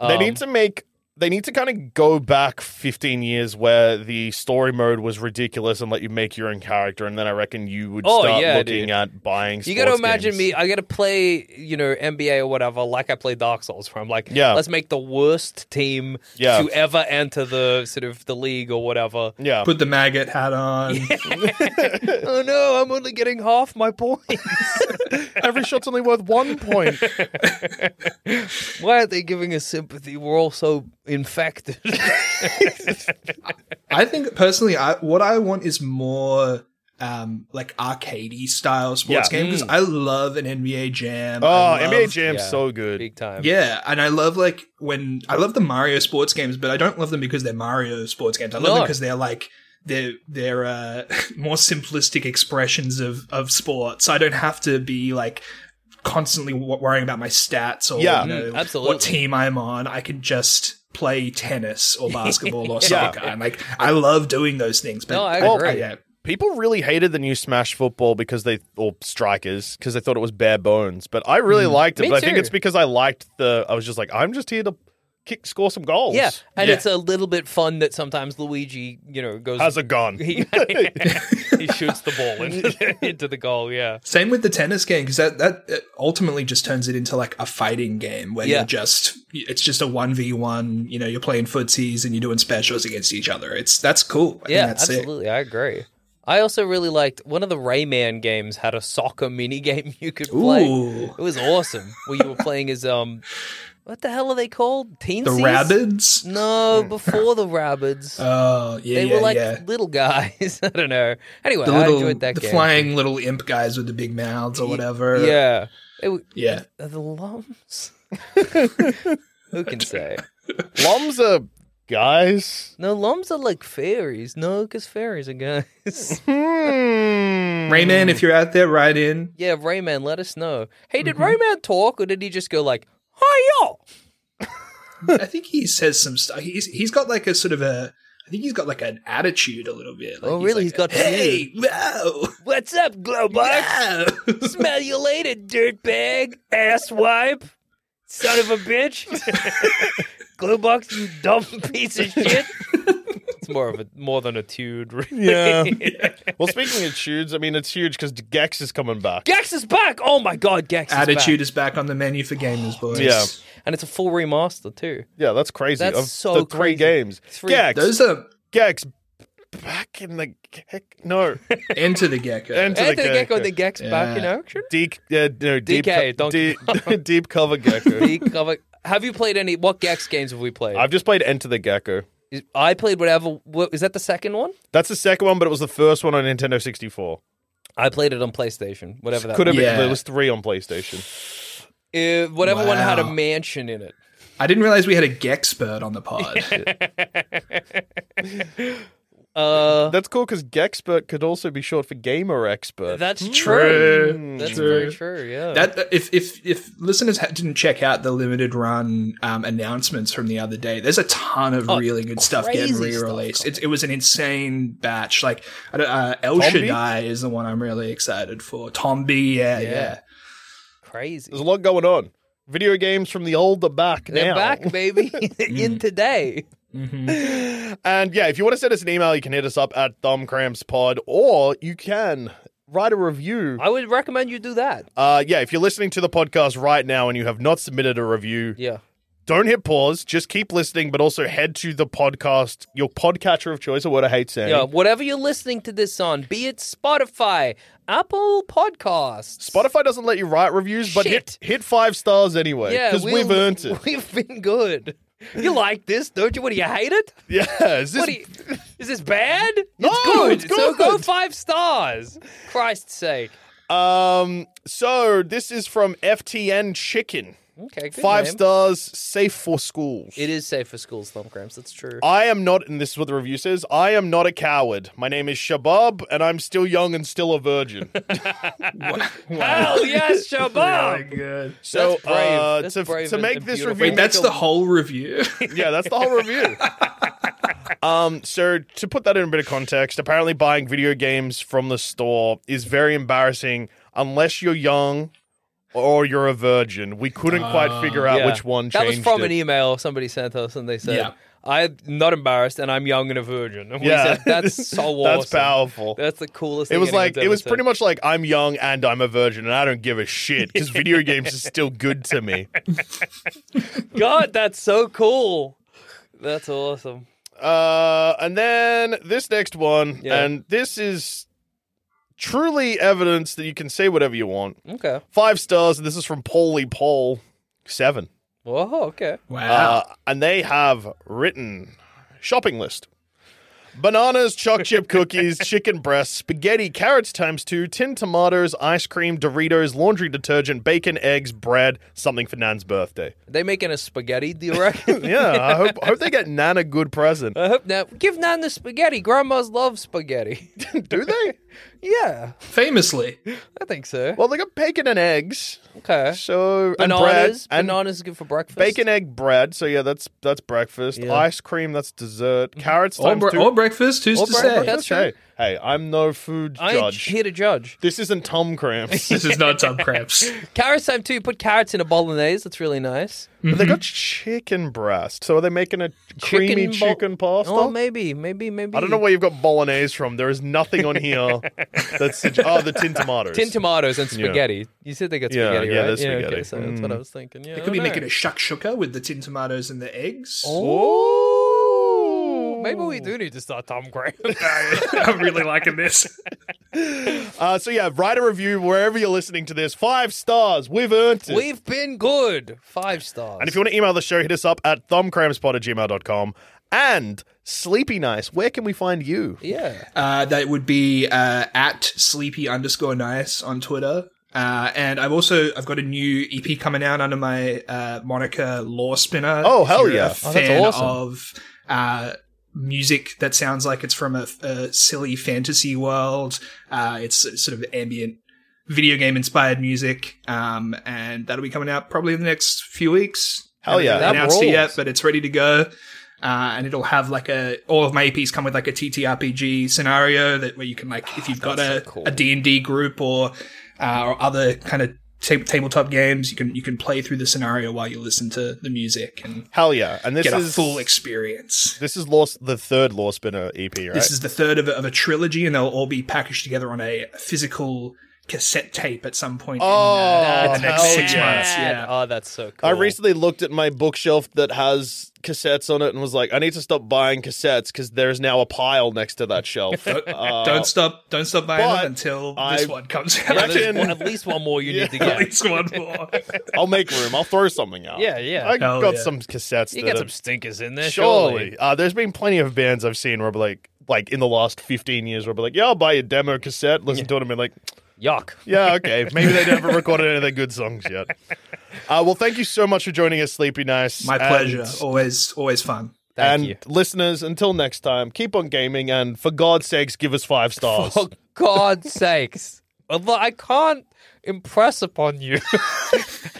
[SPEAKER 2] Um,
[SPEAKER 3] they need to make they need to kind of go back 15 years where the story mode was ridiculous and let you make your own character, and then I reckon you would
[SPEAKER 2] Oh,
[SPEAKER 3] start
[SPEAKER 2] yeah,
[SPEAKER 3] looking
[SPEAKER 2] dude.
[SPEAKER 3] at buying.
[SPEAKER 2] You got to
[SPEAKER 3] sports
[SPEAKER 2] imagine
[SPEAKER 3] games.
[SPEAKER 2] me. I got to play, you know, NBA or whatever, like I play Dark Souls, where I'm like,
[SPEAKER 3] Yeah.
[SPEAKER 2] let's make the worst team
[SPEAKER 3] Yeah.
[SPEAKER 2] to ever enter the sort of the league or whatever.
[SPEAKER 3] Yeah,
[SPEAKER 5] Put the maggot hat on.
[SPEAKER 2] oh no, I'm only getting half my points.
[SPEAKER 3] every shot's only worth one point.
[SPEAKER 2] Why aren't they giving us sympathy? We're all so infected.
[SPEAKER 5] I think personally, I, what I want is more um, like arcadey style sports
[SPEAKER 3] Yeah.
[SPEAKER 5] game because I love an NBA Jam.
[SPEAKER 3] oh,
[SPEAKER 5] I love-
[SPEAKER 3] NBA Jam's
[SPEAKER 2] Yeah.
[SPEAKER 3] so good.
[SPEAKER 2] Big time.
[SPEAKER 5] Yeah, and I love like when I love the Mario sports games, but I don't love them because they're Mario sports games. I love
[SPEAKER 2] No.
[SPEAKER 5] them because they're like they're they're uh, more simplistic expressions of of sports. I don't have to be like constantly w- worrying about my stats or
[SPEAKER 3] Yeah.
[SPEAKER 5] you know,
[SPEAKER 2] Mm, absolutely.
[SPEAKER 5] what team I'm on. I can just play tennis or basketball or
[SPEAKER 3] Yeah.
[SPEAKER 5] soccer. And like I love doing those things. But
[SPEAKER 2] No, I
[SPEAKER 3] agree.
[SPEAKER 5] yeah.
[SPEAKER 3] People really hated the new Smash Football because they or Strikers because they thought it was bare bones, but I really liked it.
[SPEAKER 2] Mm-hmm. Me
[SPEAKER 3] But I think
[SPEAKER 2] too.
[SPEAKER 3] it's because I liked the. I was just like, I'm just here to kick, score some goals.
[SPEAKER 2] Yeah, and
[SPEAKER 5] Yeah.
[SPEAKER 2] it's a little bit fun that sometimes Luigi, you know, goes
[SPEAKER 3] has a gun.
[SPEAKER 2] he, he shoots the ball into, into the goal. Yeah,
[SPEAKER 5] Same with the tennis game because that that uh, ultimately just turns it into like a fighting game where
[SPEAKER 2] Yeah.
[SPEAKER 5] you're just it's just a one v one. You know, you're playing footsies and you're doing specials against each other. It's that's cool. I
[SPEAKER 2] yeah,
[SPEAKER 5] think that's It.
[SPEAKER 2] absolutely. I agree. I also really liked one of the Rayman games had a soccer mini game you could play.
[SPEAKER 5] Ooh.
[SPEAKER 2] It was awesome. Where you were playing as um, what the hell are they called? Teensies?
[SPEAKER 5] The rabbits.
[SPEAKER 2] No, before the rabbits.
[SPEAKER 5] Oh yeah,
[SPEAKER 2] Mm. they
[SPEAKER 5] yeah,
[SPEAKER 2] were like
[SPEAKER 5] yeah.
[SPEAKER 2] little guys. I don't know. Anyway,
[SPEAKER 5] The
[SPEAKER 2] I
[SPEAKER 5] little,
[SPEAKER 2] enjoyed that
[SPEAKER 5] the
[SPEAKER 2] game.
[SPEAKER 5] flying little imp guys with the big mouths or whatever.
[SPEAKER 2] Yeah. It w-
[SPEAKER 5] yeah.
[SPEAKER 2] are the lumps. Who can say?
[SPEAKER 3] Lums are guys.
[SPEAKER 2] No, lumps are like fairies. No, because fairies are guys.
[SPEAKER 5] Rayman,
[SPEAKER 2] Mm.
[SPEAKER 5] if you're out there, write in.
[SPEAKER 2] yeah, Rayman, let us know. Hey, did Rayman talk or did he just go like, hi, yo?
[SPEAKER 5] I think he says some stuff. He's he's got like a sort of a. I think he's got like an attitude a little bit. Like,
[SPEAKER 2] Oh, really?
[SPEAKER 5] He's,
[SPEAKER 2] He's got
[SPEAKER 5] like, hey, wow,
[SPEAKER 2] What's up, Glowbox?
[SPEAKER 5] wow.
[SPEAKER 2] Smell you later, dirtbag, asswipe, son of a bitch. Glowbox, you dumb piece of shit. it's more of a more than a tude, really.
[SPEAKER 3] Yeah. well, speaking of tudes, I mean it's huge because Gex is coming back.
[SPEAKER 2] Gex is back! Oh my god, Gex is
[SPEAKER 5] Attitude
[SPEAKER 2] back.
[SPEAKER 5] is back on the menu for gamers, boys.
[SPEAKER 3] Yeah.
[SPEAKER 2] And it's a full remaster, too.
[SPEAKER 3] Yeah, that's crazy.
[SPEAKER 2] That's
[SPEAKER 3] of
[SPEAKER 2] so
[SPEAKER 3] the three
[SPEAKER 2] crazy.
[SPEAKER 3] games.
[SPEAKER 2] Three-
[SPEAKER 3] Gex,
[SPEAKER 5] Those are
[SPEAKER 3] Gex, back in the heck no.
[SPEAKER 5] Enter the Gecko.
[SPEAKER 3] Enter
[SPEAKER 2] Enter the Gecko, the
[SPEAKER 3] Gecko.
[SPEAKER 2] Gex back in
[SPEAKER 5] Yeah.
[SPEAKER 2] action.
[SPEAKER 3] Deep, uh, no, deep,
[SPEAKER 2] DK,
[SPEAKER 3] co-
[SPEAKER 2] Donkey
[SPEAKER 3] deep, deep cover Gecko.
[SPEAKER 2] The cover- Have you played any? What Gex games have we played?
[SPEAKER 3] I've just played Enter the Gecko.
[SPEAKER 2] Is- I played whatever. What, is that the second one?
[SPEAKER 3] That's the second one, but it was the first one on Nintendo 64.
[SPEAKER 2] I played it on PlayStation. Whatever that
[SPEAKER 3] Could have
[SPEAKER 2] was.
[SPEAKER 3] been.
[SPEAKER 5] Yeah.
[SPEAKER 3] There was three on PlayStation.
[SPEAKER 2] Uh, whatever one had a
[SPEAKER 5] Wow.
[SPEAKER 2] mansion in it.
[SPEAKER 5] I didn't realize we had a Gexpert on the pod.
[SPEAKER 2] Uh,
[SPEAKER 3] That's cool because Gexpert could also be short for Gamer Expert.
[SPEAKER 2] that's true.
[SPEAKER 5] True,
[SPEAKER 2] That's
[SPEAKER 5] true.
[SPEAKER 2] very true. Yeah.
[SPEAKER 5] That if if if listeners ha- didn't check out the limited run um, announcements from the other day, there's a ton of really good stuff getting
[SPEAKER 2] crazy stuff
[SPEAKER 5] re-released. It, it was an insane batch. Like I don't, uh, El
[SPEAKER 3] Tombi?
[SPEAKER 5] Shaddai is the one I'm really excited for. Tombi, yeah, yeah,
[SPEAKER 2] Yeah. crazy.
[SPEAKER 3] There's a lot going on. Video games from the old to back
[SPEAKER 2] They're
[SPEAKER 3] now.
[SPEAKER 2] back, baby. in today.
[SPEAKER 3] And yeah, if you want to send us an email, you can hit us up at thumbcrampspod or you can write a review.
[SPEAKER 2] I would recommend you do that.
[SPEAKER 3] Uh, yeah, if you're listening to the podcast right now and you have not submitted a review,
[SPEAKER 2] Yeah.
[SPEAKER 3] don't hit pause. Just keep listening, but also head to the podcast, your podcatcher of choice, or what I hate saying.
[SPEAKER 2] Yeah. Whatever you're listening to this on, be it Spotify, Apple Podcasts,
[SPEAKER 3] Spotify doesn't let you write reviews, but hit,
[SPEAKER 2] Shit.
[SPEAKER 3] hit five stars anyway because
[SPEAKER 2] we'll-
[SPEAKER 3] we've earned it.
[SPEAKER 2] We've been good. You like this, don't you? What do you hate it?
[SPEAKER 3] Yeah, is this-
[SPEAKER 2] What do you, is this bad?
[SPEAKER 3] No,
[SPEAKER 2] it's good.
[SPEAKER 3] it's
[SPEAKER 2] So
[SPEAKER 3] good.
[SPEAKER 2] go five stars. Christ's sake.
[SPEAKER 3] um. So this is from FTN Chicken.
[SPEAKER 2] Okay, good
[SPEAKER 3] Five
[SPEAKER 2] name.
[SPEAKER 3] stars, safe for schools.
[SPEAKER 2] It is safe for schools, thumbcramps. That's true.
[SPEAKER 3] I am not, and this is what the review says. I am not a coward. My name is Shabab, and I'm still young and still a virgin.
[SPEAKER 2] Hell yes, Shabab.
[SPEAKER 5] good.
[SPEAKER 3] So
[SPEAKER 2] That's brave.
[SPEAKER 3] Uh,
[SPEAKER 2] That's
[SPEAKER 3] to,
[SPEAKER 2] brave
[SPEAKER 3] to
[SPEAKER 2] and-
[SPEAKER 3] make
[SPEAKER 2] and
[SPEAKER 3] this
[SPEAKER 2] beautiful.
[SPEAKER 3] review,
[SPEAKER 5] Wait, that's the whole review.
[SPEAKER 3] yeah, that's the whole review. um, so to put that in a bit of context, apparently buying video games from the store is very embarrassing unless you're young or you're a virgin. We couldn't quite figure out
[SPEAKER 2] Yeah.
[SPEAKER 3] which one
[SPEAKER 2] That was
[SPEAKER 3] changed
[SPEAKER 2] from
[SPEAKER 3] it.
[SPEAKER 2] an email somebody sent us, and they said,
[SPEAKER 5] Yeah.
[SPEAKER 2] "I'm not embarrassed, and I'm young and a virgin." And we
[SPEAKER 3] Yeah.
[SPEAKER 2] said, "That's so awesome.
[SPEAKER 3] That's powerful.
[SPEAKER 2] That's the coolest."
[SPEAKER 3] It
[SPEAKER 2] thing
[SPEAKER 3] was
[SPEAKER 2] anyone's
[SPEAKER 3] like it
[SPEAKER 2] ever
[SPEAKER 3] was
[SPEAKER 2] said.
[SPEAKER 3] pretty much like I'm young and I'm a virgin and I don't give a shit because video games are still good to me.
[SPEAKER 2] God, that's so cool. That's awesome.
[SPEAKER 3] Uh, and then this next one,
[SPEAKER 2] Yeah.
[SPEAKER 3] and this is truly evidence that you can say whatever you want.
[SPEAKER 2] Okay.
[SPEAKER 3] Five stars. And this is from Paulie Paul Seven.
[SPEAKER 2] Whoa. Okay.
[SPEAKER 5] Wow.
[SPEAKER 3] Uh, and they have written shopping list. Bananas, choc chip cookies, chicken breast, spaghetti, carrots times two, tin tomatoes, ice cream, Doritos, laundry detergent, bacon, eggs, bread, something for Nan's birthday.
[SPEAKER 2] Are they making a spaghetti? Do you reckon?
[SPEAKER 3] Yeah, I hope, I hope they get Nan a good present.
[SPEAKER 2] I hope not. Uh-huh. Give Nan the spaghetti. Grandmas love spaghetti.
[SPEAKER 3] Do they?
[SPEAKER 2] yeah,
[SPEAKER 5] Famously.
[SPEAKER 2] I think so.
[SPEAKER 3] Well, they got bacon and eggs.
[SPEAKER 2] Okay.
[SPEAKER 3] So and bread
[SPEAKER 2] Bananas.
[SPEAKER 3] and
[SPEAKER 2] bananas are good for breakfast.
[SPEAKER 3] bacon egg bread. So yeah, that's that's breakfast.
[SPEAKER 2] Yeah. Mm-hmm.
[SPEAKER 3] Ice cream, that's dessert. Carrots
[SPEAKER 5] Or,
[SPEAKER 3] times
[SPEAKER 5] bre-
[SPEAKER 3] two.
[SPEAKER 5] or breakfast, who's
[SPEAKER 2] Or
[SPEAKER 5] to
[SPEAKER 2] breakfast.
[SPEAKER 5] say?
[SPEAKER 2] That's
[SPEAKER 3] Okay. Hey, I'm no food
[SPEAKER 2] I ain't
[SPEAKER 3] judge.
[SPEAKER 2] here to judge.
[SPEAKER 3] This isn't Tom Cramps.
[SPEAKER 5] This is not Tom Cramps.
[SPEAKER 2] Carrots time too. Put carrots in a bolognese. That's really nice.
[SPEAKER 3] But they got chicken breast. So are they making a creamy
[SPEAKER 2] bo-
[SPEAKER 3] chicken pasta?
[SPEAKER 2] Oh, maybe, maybe, maybe.
[SPEAKER 3] I don't know where you've got bolognese from. There is nothing on here that's sug- oh the tin tomatoes.
[SPEAKER 2] Tin tomatoes and spaghetti. You said they got
[SPEAKER 3] Yeah,
[SPEAKER 2] spaghetti,
[SPEAKER 3] yeah,
[SPEAKER 2] right?
[SPEAKER 3] there's
[SPEAKER 2] okay,
[SPEAKER 3] spaghetti. Mm.
[SPEAKER 2] so that's what I was thinking. Yeah,
[SPEAKER 5] They could be making a shakshuka with the tin tomatoes and the eggs.
[SPEAKER 2] Oh, maybe we do need to start Tom Graham.
[SPEAKER 5] I'm really liking this.
[SPEAKER 3] Uh, so yeah, write a review wherever you're listening to this. Five stars. We've earned it.
[SPEAKER 2] We've been good. Five stars.
[SPEAKER 3] and if you want to email the show, hit us up at thumbcrampspot at gmail.com. And Sleepy Nice, where can we find you?
[SPEAKER 2] yeah,
[SPEAKER 5] Uh, that would be uh, at sleepy underscore nice on Twitter. Uh, and I've also I've got a new EP coming out under my uh, moniker Law Spinner.
[SPEAKER 3] Oh,
[SPEAKER 5] If
[SPEAKER 3] hell
[SPEAKER 5] you're a
[SPEAKER 3] yeah.
[SPEAKER 2] Oh, that's
[SPEAKER 5] fan
[SPEAKER 2] awesome.
[SPEAKER 5] of uh, music that sounds like it's from a, a silly fantasy world. Uh, it's sort of ambient video game inspired music, um, and that'll be coming out probably in the next few weeks.
[SPEAKER 3] Hell yeah.
[SPEAKER 5] Haven't
[SPEAKER 3] That
[SPEAKER 5] announced it yet,
[SPEAKER 2] rules.
[SPEAKER 5] but it's ready to go. Uh, and it'll have like a all of my EPs come with like a TTRPG scenario that where you can like if you've got a
[SPEAKER 2] Ah, so cool.
[SPEAKER 5] a D and D group or uh, or other kind of ta- tabletop games, you can you can play through the scenario while you listen to the music and
[SPEAKER 3] Hell yeah. And this
[SPEAKER 5] get
[SPEAKER 3] is
[SPEAKER 5] a full experience.
[SPEAKER 3] This is Law, the third Law Spinner EP, right?
[SPEAKER 5] This is the third of a, of a trilogy, and they'll all be packaged together on a physical cassette tape at some point.
[SPEAKER 3] Oh,
[SPEAKER 5] in, uh, the next
[SPEAKER 3] hell
[SPEAKER 5] six
[SPEAKER 3] yeah.
[SPEAKER 5] months. Yeah.
[SPEAKER 2] Oh, that's so cool.
[SPEAKER 3] I recently looked at my bookshelf that has cassettes on it and was like, I need to stop buying cassettes because there's now a pile next to that shelf. Uh,
[SPEAKER 5] don't stop! Don't stop buying
[SPEAKER 3] but
[SPEAKER 5] them until this
[SPEAKER 3] I-
[SPEAKER 5] one comes
[SPEAKER 2] Yeah,
[SPEAKER 5] out.
[SPEAKER 2] there's one- at least one more you need to
[SPEAKER 5] At
[SPEAKER 2] get.
[SPEAKER 5] least one more.
[SPEAKER 3] I'll make room. I'll throw something out.
[SPEAKER 2] Yeah, yeah.
[SPEAKER 3] I
[SPEAKER 5] Hell
[SPEAKER 3] got
[SPEAKER 5] yeah.
[SPEAKER 3] some cassettes.
[SPEAKER 2] You
[SPEAKER 3] that
[SPEAKER 2] got
[SPEAKER 3] are-
[SPEAKER 2] some stinkers in there, surely.
[SPEAKER 3] surely. Uh, there's been plenty of bands I've seen where I'll be like, like in the last 15 years, where I'll be like, yeah, I'll buy a demo cassette, listen to it, and be like,
[SPEAKER 2] Yuck.
[SPEAKER 3] Yeah, okay. Maybe they never recorded any of their good songs yet. Uh, well, thank you so much for joining us, Sleepy Nice.
[SPEAKER 5] My
[SPEAKER 3] And-
[SPEAKER 5] pleasure. always, always fun.
[SPEAKER 2] Thank
[SPEAKER 3] and
[SPEAKER 2] you.
[SPEAKER 3] listeners, until next time, keep on gaming and for God's sakes, give us five stars.
[SPEAKER 2] For God's sakes. Although I can't impress upon you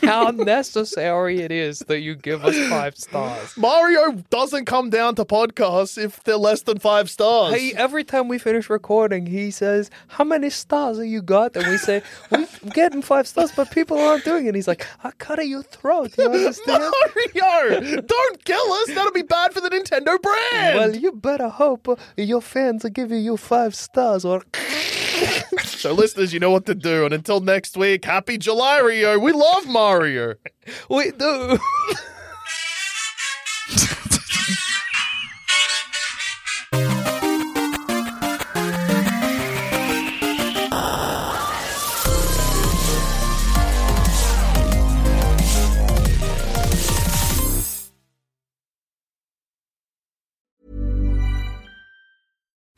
[SPEAKER 2] how necessary it is that you give us five stars.
[SPEAKER 3] Mario doesn't come down to podcasts if they're less than five stars.
[SPEAKER 2] He, every time we finish recording, he says, How many stars have you got? And we say, We're getting five stars, but people aren't doing it. He's like, I cut at your throat. You understand?
[SPEAKER 3] Mario, don't kill us. That'll be bad for the Nintendo brand.
[SPEAKER 2] Well, you better hope uh, your fans are giving you five stars or
[SPEAKER 3] so, listeners, you know what to do. And until next week, happy July, Rio. We love Mario.
[SPEAKER 2] we do.